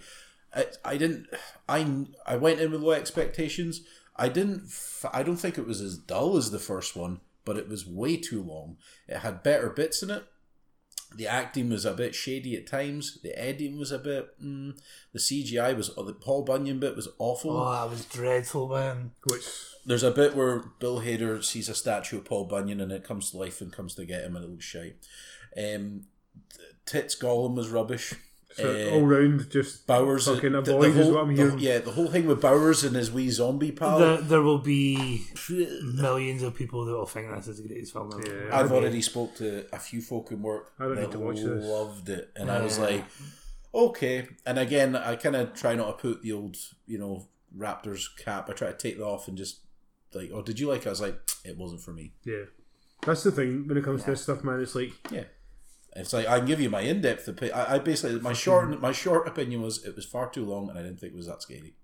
I, I didn't I I went in with low expectations. I didn't f- I don't think it was as dull as the first one, but it was way too long. It had better bits in it. The acting was a bit shady at times. The editing was a bit. Mm, the CGI was. oh, The Paul Bunyan bit was awful.
Oh, that was dreadful, man.
which
There's a bit where Bill Hader sees a statue of Paul Bunyan and it comes to life and comes to get him and it looks shite. Um, Tits Gollum was rubbish.
so
Uh,
all round just
Bowers
fucking
the- the
avoid is
whole-
what I'm
the-
hearing.
yeah, the whole thing with Bowers and his wee zombie pal.
There, there will be millions of people that will think this is the greatest film ever.
Yeah.
I've already spoke to a few folk in work
I don't
that
need to watch this.
loved it, and I was like, okay. And again, I kind of try not to put the old, you know, Raptors cap. I try to take that off and just like, oh, did you like? it? I was like, it wasn't for me.
yeah. That's the thing when it comes to this stuff, man. It's like
Yeah. It's like I can give you my in-depth opinion. I, I basically my short my short opinion was it was far too long and I didn't think it was that scary.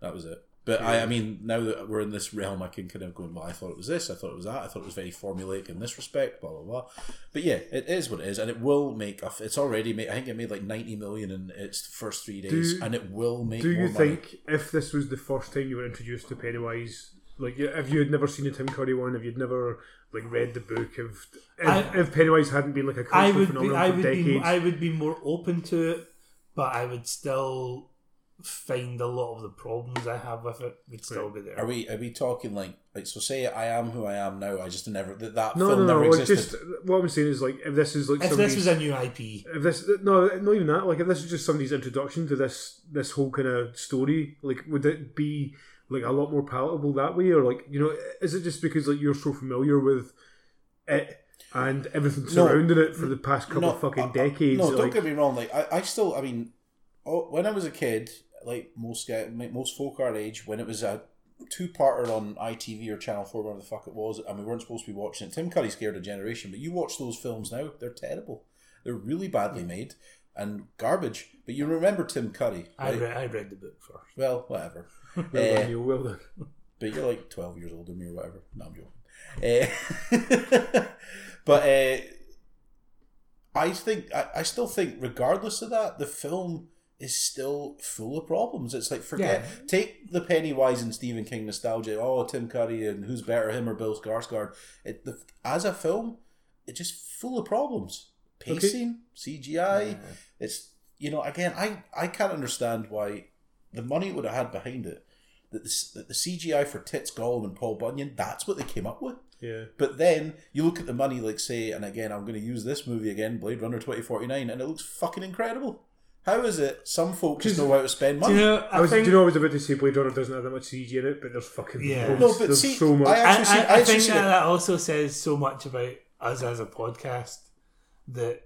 That was it. But I, I mean, now that we're in this realm, I can kind of go. Well, I thought it was this. I thought it was that. I thought it was very formulaic in this respect. Blah blah blah. But yeah, it is what it is, and it will make. a f- It's already made. I think it made like ninety million in its first three days,
Do-
and it will make.
Do
more
you
money.
think if this was the first time you were introduced to Pennywise, like if you had never seen the Tim Curry one, if you'd never like read the book, if if,
I-
if Pennywise hadn't been like a
I
cultural
would be,
phenomenon
I
for
would
decades,
be, I would be more open to it, but I would still find a lot of the problems I have with it would still be
Are
there.
we are we talking like like so? Say I am who I am now. I just never that, that
No,
film
no, no.
never
Like
existed.
just what I'm saying is like if this is like
If
somebody's,
this was a new IP,
if this no, not even that. Like if this is just somebody's introduction to this this whole kind of story, like would it be like a lot more palatable that way, or like you know, is it just because like you're so familiar with it and everything surrounding it for the past couple of fucking
uh, uh,
decades?
No, don't
like,
get me wrong. Like I, I still, I mean, oh, when I was a kid, like most guy, like most folk our age, when it was a two-parter on ITV or Channel Four, whatever the fuck it was, and we weren't supposed to be watching it. Tim Curry scared a generation, but you watch those films now; they're terrible. They're really badly made and garbage. But you remember Tim Curry,
I
right?
read, I read the book first.
Well, whatever.
well
Eh,
done, Neil, well done.
but you're like 12 years older than me or whatever. No, I'm joking. Eh, but uh, I think, I, I still think, regardless of that, the film is still full of problems. It's like, forget,
Yeah.
take the Pennywise and Stephen King nostalgia. Oh, Tim Curry and who's better, him or Bill Skarsgård. It, the, as a film, it's just full of problems.
Okay.
Pacing, CGI. It's, you know, again, I, I can't understand why the money it would have had behind it that the, that the CGI for Tits Gollum and Paul Bunyan, that's what they came up with.
Yeah.
But then you look at the money, like, say, and again, I'm going to use this movie again, Blade Runner 2049, and it looks fucking incredible. How is it some folk just
Just-
know how to spend
Do
money?
you know? I,
I was,
think,
do you know I was about to say Blade Runner doesn't have that much CG in it, but there's fucking
Yeah.
loads.
No, but
there's
see,
so much.
I,
I actually see-
I- I
I actually
think
see
that,
it.
that also says so much about us as a podcast that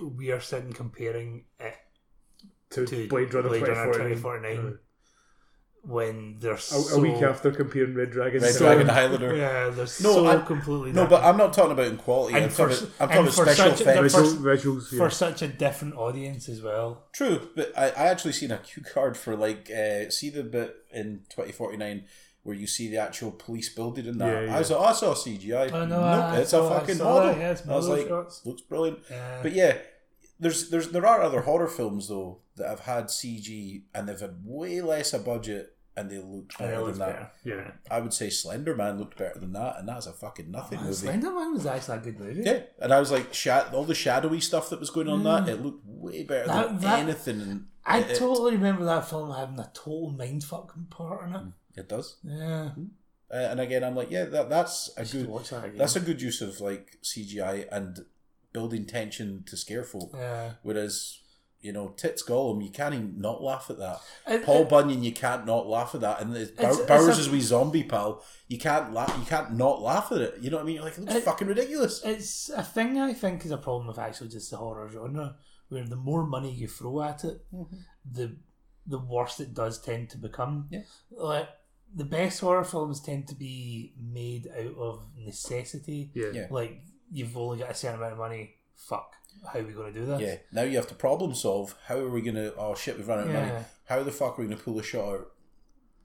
we are sitting comparing it
to,
to
Blade Runner 2049.
2049 when there's
A, a week after comparing Red Dragon.
Red
to-
Dragon Highlander.
Yeah, there's
No,
so
I'm-
completely
No, but
different.
I'm not talking about in quality.
And
I'm
for
talking
s-
about, I'm
and
talking
for
about special
such a-
effects.
for-
Visual, visuals, yeah.
for such a different audience as well.
True, but I, I actually seen a cue card for like uh, see the bit in twenty forty nine where you see the actual police building and that.
Yeah, yeah.
I saw I saw CGI.
Oh, no,
Nope,
I- I
it's
saw-
a
I
fucking
saw
model.
that, yeah, it's
I was
model
like,
shots.
looks brilliant.
Yeah.
But yeah, there's there's there are other horror films though that have had CG and they've had way less a budget and they look
And it
better
looks
than that.
better.
yeah.
I would say Slender Man looked better than that, and that's a fucking nothing
Oh,
movie.
Slender Man was actually a good movie.
Yeah, and I was like, sha- all the shadowy stuff that was going on that it looked way
Mm.
better
That-
than
that-
anything. in
I
it,
totally remember that film having a total mind fucking part in it.
it does.
Yeah.
Uh, and again, I'm like, yeah, that that's Mm. a
I should
good
watch that again.
that's a good use of like CGI and building tension to scare folk.
yeah.
Whereas you know, Tits Gollum, you can't even not laugh at that.
It-
Paul
it-
Bunyan, you can't not laugh at that. And it's, Bow-
It's- it's
Bowers
a-
is wee zombie pal. You can't laugh. You can't not laugh at it. You know what I mean? You're like, it looks
It-
fucking ridiculous.
It's a thing I think is a problem with actually just the horror genre, where the more money you throw at it,
Mm-hmm.
the the worse it does tend to become.
Yeah.
Like the best horror films tend to be made out of necessity.
Yeah.
Yeah.
Like you've only got a certain amount of money. Fuck. How are we going to do this?
yeah. Now you have to problem solve. How are we gonna? Oh shit, we've run out of
Yeah.
money. How the fuck are we gonna pull a shot? Out?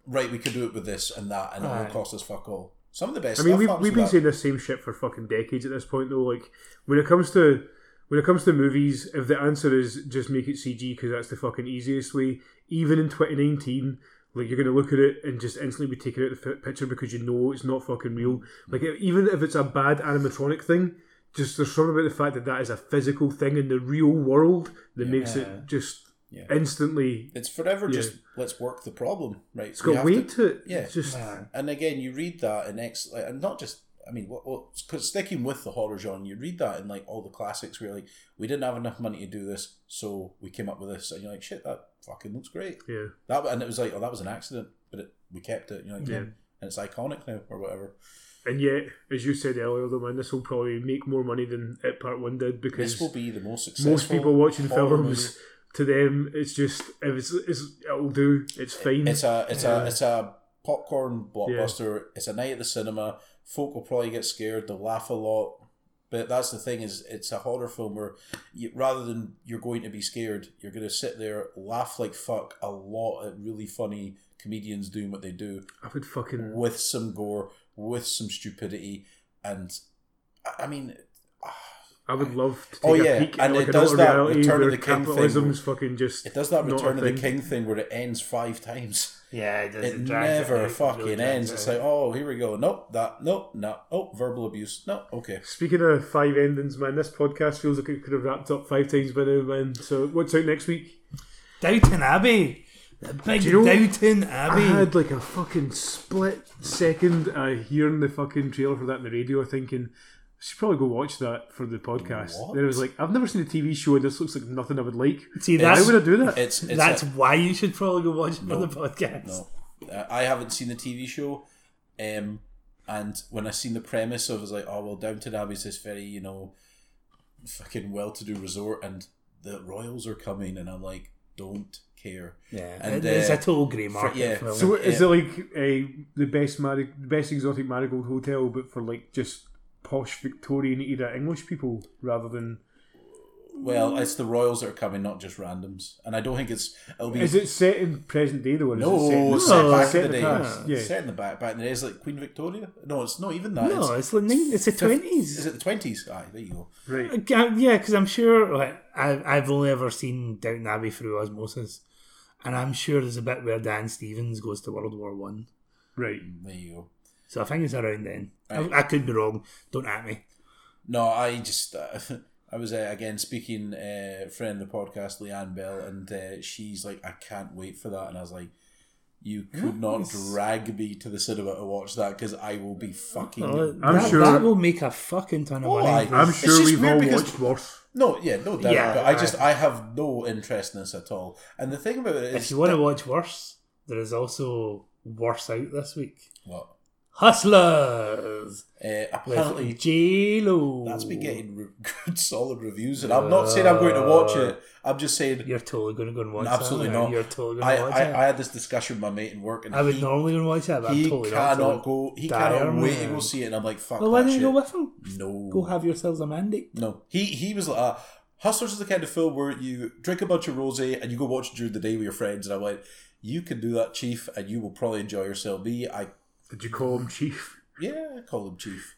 Right, we could do it with this and that, and it
Aye.
won't cost us fuck all. Some of the best.
I mean,
stuff
we've,
comes
we've
with
been
that.
saying the same shit for fucking decades at this point, though. Like, when it comes to when it comes to movies, if the answer is just make it CG because that's the fucking easiest way, even in 2019, like you're gonna look at it and just instantly be taken out of the fi- picture because you know it's not fucking real. Like, e- even if it's a bad animatronic thing, just there's something about the fact that that is a physical thing in the real world that makes it just
Yeah.
instantly.
It's forever
Yeah.
just let's work the problem, right?
It's got weight to, it.
yeah.
It's just
Yeah.
and again, you read that in ex, like, and not just. I mean, what, what, cause sticking with the horror genre, you read that in like all the classics where like we didn't have enough money to do this, so we came up with this, and you're like, shit, that fucking looks great.
yeah.
That and it was like, oh, that was an accident, but it, we kept it. You know, like, "Hmm,
Yeah.
and it's iconic now or whatever.
And yet, as you said earlier, though, man, this will probably make more money than It Part One did because
This will be the most successful.
most people watching
horror
films, to them, it's just if it's, it's it'll do. It's fine.
It's a it's a it's a popcorn blockbuster. It's a night at the cinema. Folk will probably get scared. They'll laugh a lot. But that's the thing is, it's a horror film where, you, rather than you're going to be scared, you're going to sit there, laugh like fuck a lot at really funny comedians doing what they do
I would fucking
with some gore, with some stupidity, and I- I mean,
I would love to take
Oh, yeah,
a peek
and
at like
it
an
does that
reality
Return of
where
the King thing
capitalism's fucking just
it does that
not a
Return of the
thing.
King thing where it ends five times.
Yeah, it, does,
it
drags
never
out, really
fucking
drags
ends. It's
out.
like, oh, here we go. Nope, that. Nope, no. Oh, verbal abuse. No, okay.
Speaking of five endings, man, this podcast feels like it could have wrapped up five times by now, man. So what's out next week?
Downton Abbey. The big
Do you know-
Downton
I
Abbey.
had like a fucking split second uh, hearing the fucking trailer for that on the radio, thinking I should probably go watch that for the podcast.
What?
Then I was like, I've never seen a TV show, and this looks like nothing I would like.
See,
Why
that's,
would I do that?
It's, it's
that's
a-
why you should probably go watch it for the podcast.
No, Uh, I haven't seen the TV show, um, and when I seen the premise, I was like, "Oh well, Downton Abbey's this very you know, fucking well-to-do resort, and the royals are coming," and I'm like, "Don't care."
Yeah,
And,
it- it's
uh,
a total grey
for-
market.
yeah.
film.
so is
yeah.
it like a the best Mari- the best exotic marigold hotel, but for like just posh Victorian era English people rather than
Well, it's the royals that are coming, not just randoms, and I don't think it's. It'll be
is it set in present day though? Or
no,
is it set in
No,
it's set back
it's
set
in the
in
day.
the past, yeah.
Set in the back, back in the days, like Queen Victoria. No, it's not even that.
no,
it's,
it's like nin- it's the
is
twenties. uh,
it the twenties? Aye, there you go.
right?
Yeah, because I'm sure like, I, I've only ever seen Downton Abbey through osmosis, and I'm sure there's a bit where Dan Stevens goes to World War One.
Right.
There you go.
So I think it's around then.
Right.
I, I could be wrong. Don't at me.
No, I just uh, I was uh, again speaking uh, friend of the podcast Leanne Bell, and uh, she's like, I can't wait for that, and I was like, you could not drag me to the cinema to watch that because I will be fucking.
Oh,
I'm
that,
sure-
that will make a fucking ton of
Oh,
money.
I-
I'm
It's
sure
just
we've
weird
all
because-
watched worse.
No, yeah, no doubt.
Yeah,
but I just I have no interest in this at all. And the thing about it is,
if you want to
that-
watch worse, there is also worse out this week.
what?
Hustlers
Uh, apparently,
with J Lo.
that's been getting re- good solid reviews, and I'm not saying I'm going to watch it. I'm just saying
You're totally going to go and watch
No,
that.
absolutely
man.
not.
You're totally going
I,
to watch it.
I, I had this discussion with my mate in work, and
I would
he,
normally go and watch that, but
he
I'm totally not.
cannot go. He
Dire
cannot wait to
Man.
go see it, and I'm like, fuck
Well, why
that
don't you
shit.
go with him?
no,
Go have yourselves a mandate.
no. He he was like, uh, Hustlers is the kind of film where you drink a bunch of rosé and you go watch it during the day with your friends, and I went, you can do that, Chief, and you will probably enjoy yourself. Me, I
Did you call him chief?
yeah, I call him Chief,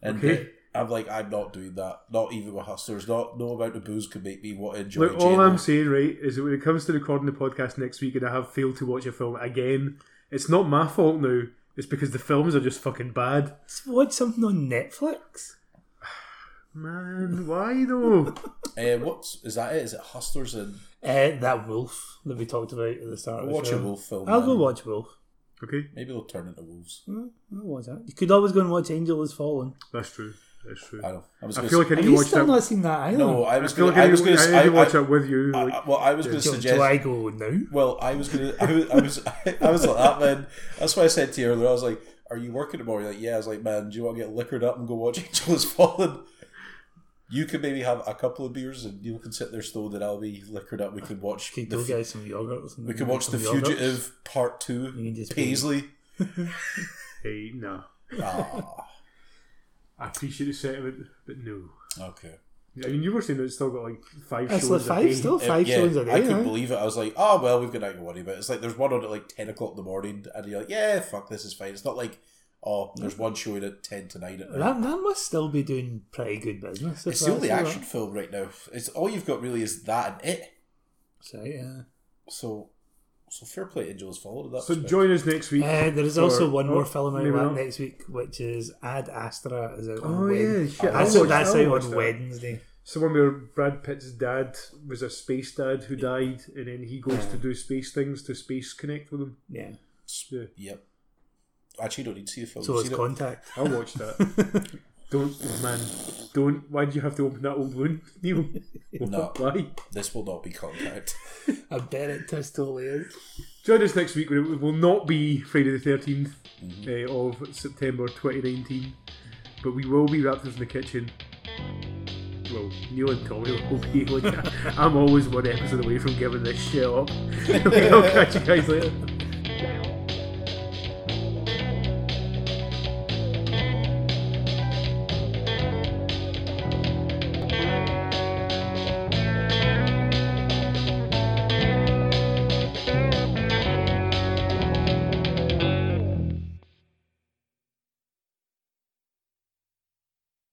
and.
Okay.
uh, I'm like I'm not doing that. Not even with hustlers. Not no amount of booze could make me want to enjoy.
Look, all
J-Lo.
I'm saying, right, is that when it comes to recording the podcast next week and I have failed to watch a film again, it's not my fault now. It's because the films are just fucking bad.
Let's watch something on Netflix.
Man, why though?
Uh, what's is that? It is it hustlers and
Uh, that wolf that we talked about at the start of the
watch
show.
a wolf film?
I'll go
man.
watch Wolf.
okay,
Maybe they'll turn into wolves.
Hmm, I'll watch that. You could always go and watch Angel Has Fallen.
that's true. That's true.
I don't. I was.
I
gonna
feel
s-
like I
Have
need to
you
watch
still
that.
not seen that either?
no. I
I
was
feel
going.
like I
I was
need,
going.
I need to watch
I,
it with you.
I,
Like,
I, well, I was going to
Do, do I
suggest.
go now?
Well, I was going to. I was. I was, I was like that man. That's why I said to you earlier. I was like, "Are you working tomorrow?" You're like, yeah. I was like, "Man, do you want to get liquored up and go watch Angel Has Fallen?" You can maybe have a couple of beers, and you can sit there stoned, and I'll be liquored up. We can watch.
Okay,
the
go
fu-
get some yogurt. or something.
we can watch
Some
the
yogurts.
Fugitive Part Two.
can just be-
Paisley.
hey, no,
Ah,
I appreciate the sentiment, but no.
okay.
I mean, you were saying that it's still got like five
That's like
shows a
five
day.
still,
Uh,
five
yeah,
shillings a day.
I couldn't
eh?
believe it. I was like, oh, well, we've got nothing to worry about. It's like there's one on at like 10 o'clock in the morning, and you're like, yeah, fuck, this is fine. It's not like, oh, there's one showing at 10 tonight. At night.
That, that must still be doing pretty good business. if
It's the
that's
only
all
action film right now. It's All you've got really is that and it.
that. So, yeah.
So, so fair play, Angel has followed that.
So
respect.
join us next week.
Uh, there is
for-
also one
oh,
more film out
maybe
that
not.
next week, which is Ad Astra. Is out on
Oh yeah,
Wednesday.
shit. I
That's, out-
watched- I
that's out
watched
on
that.
Wednesday.
Someone where Brad Pitt's dad was a space dad who died, and then he goes to do space things to space connect with him.
Yeah.
Yeah,
Yep. Actually, don't need to see the film.
So
You've
it's
seen it.
Contact.
I'll watch that. don't, man, don't. Why do you have to open that old wound, Neil?
No.
Why?
This will not be contact.
I bet it just totally is.
Join us next week. when It will not be Friday the 13th uh, of September 2019, but we will be Raptors in the Kitchen. Well, Neil and Tommy will be. Like, I'm always one episode away from giving this shit up. I'll catch you guys later.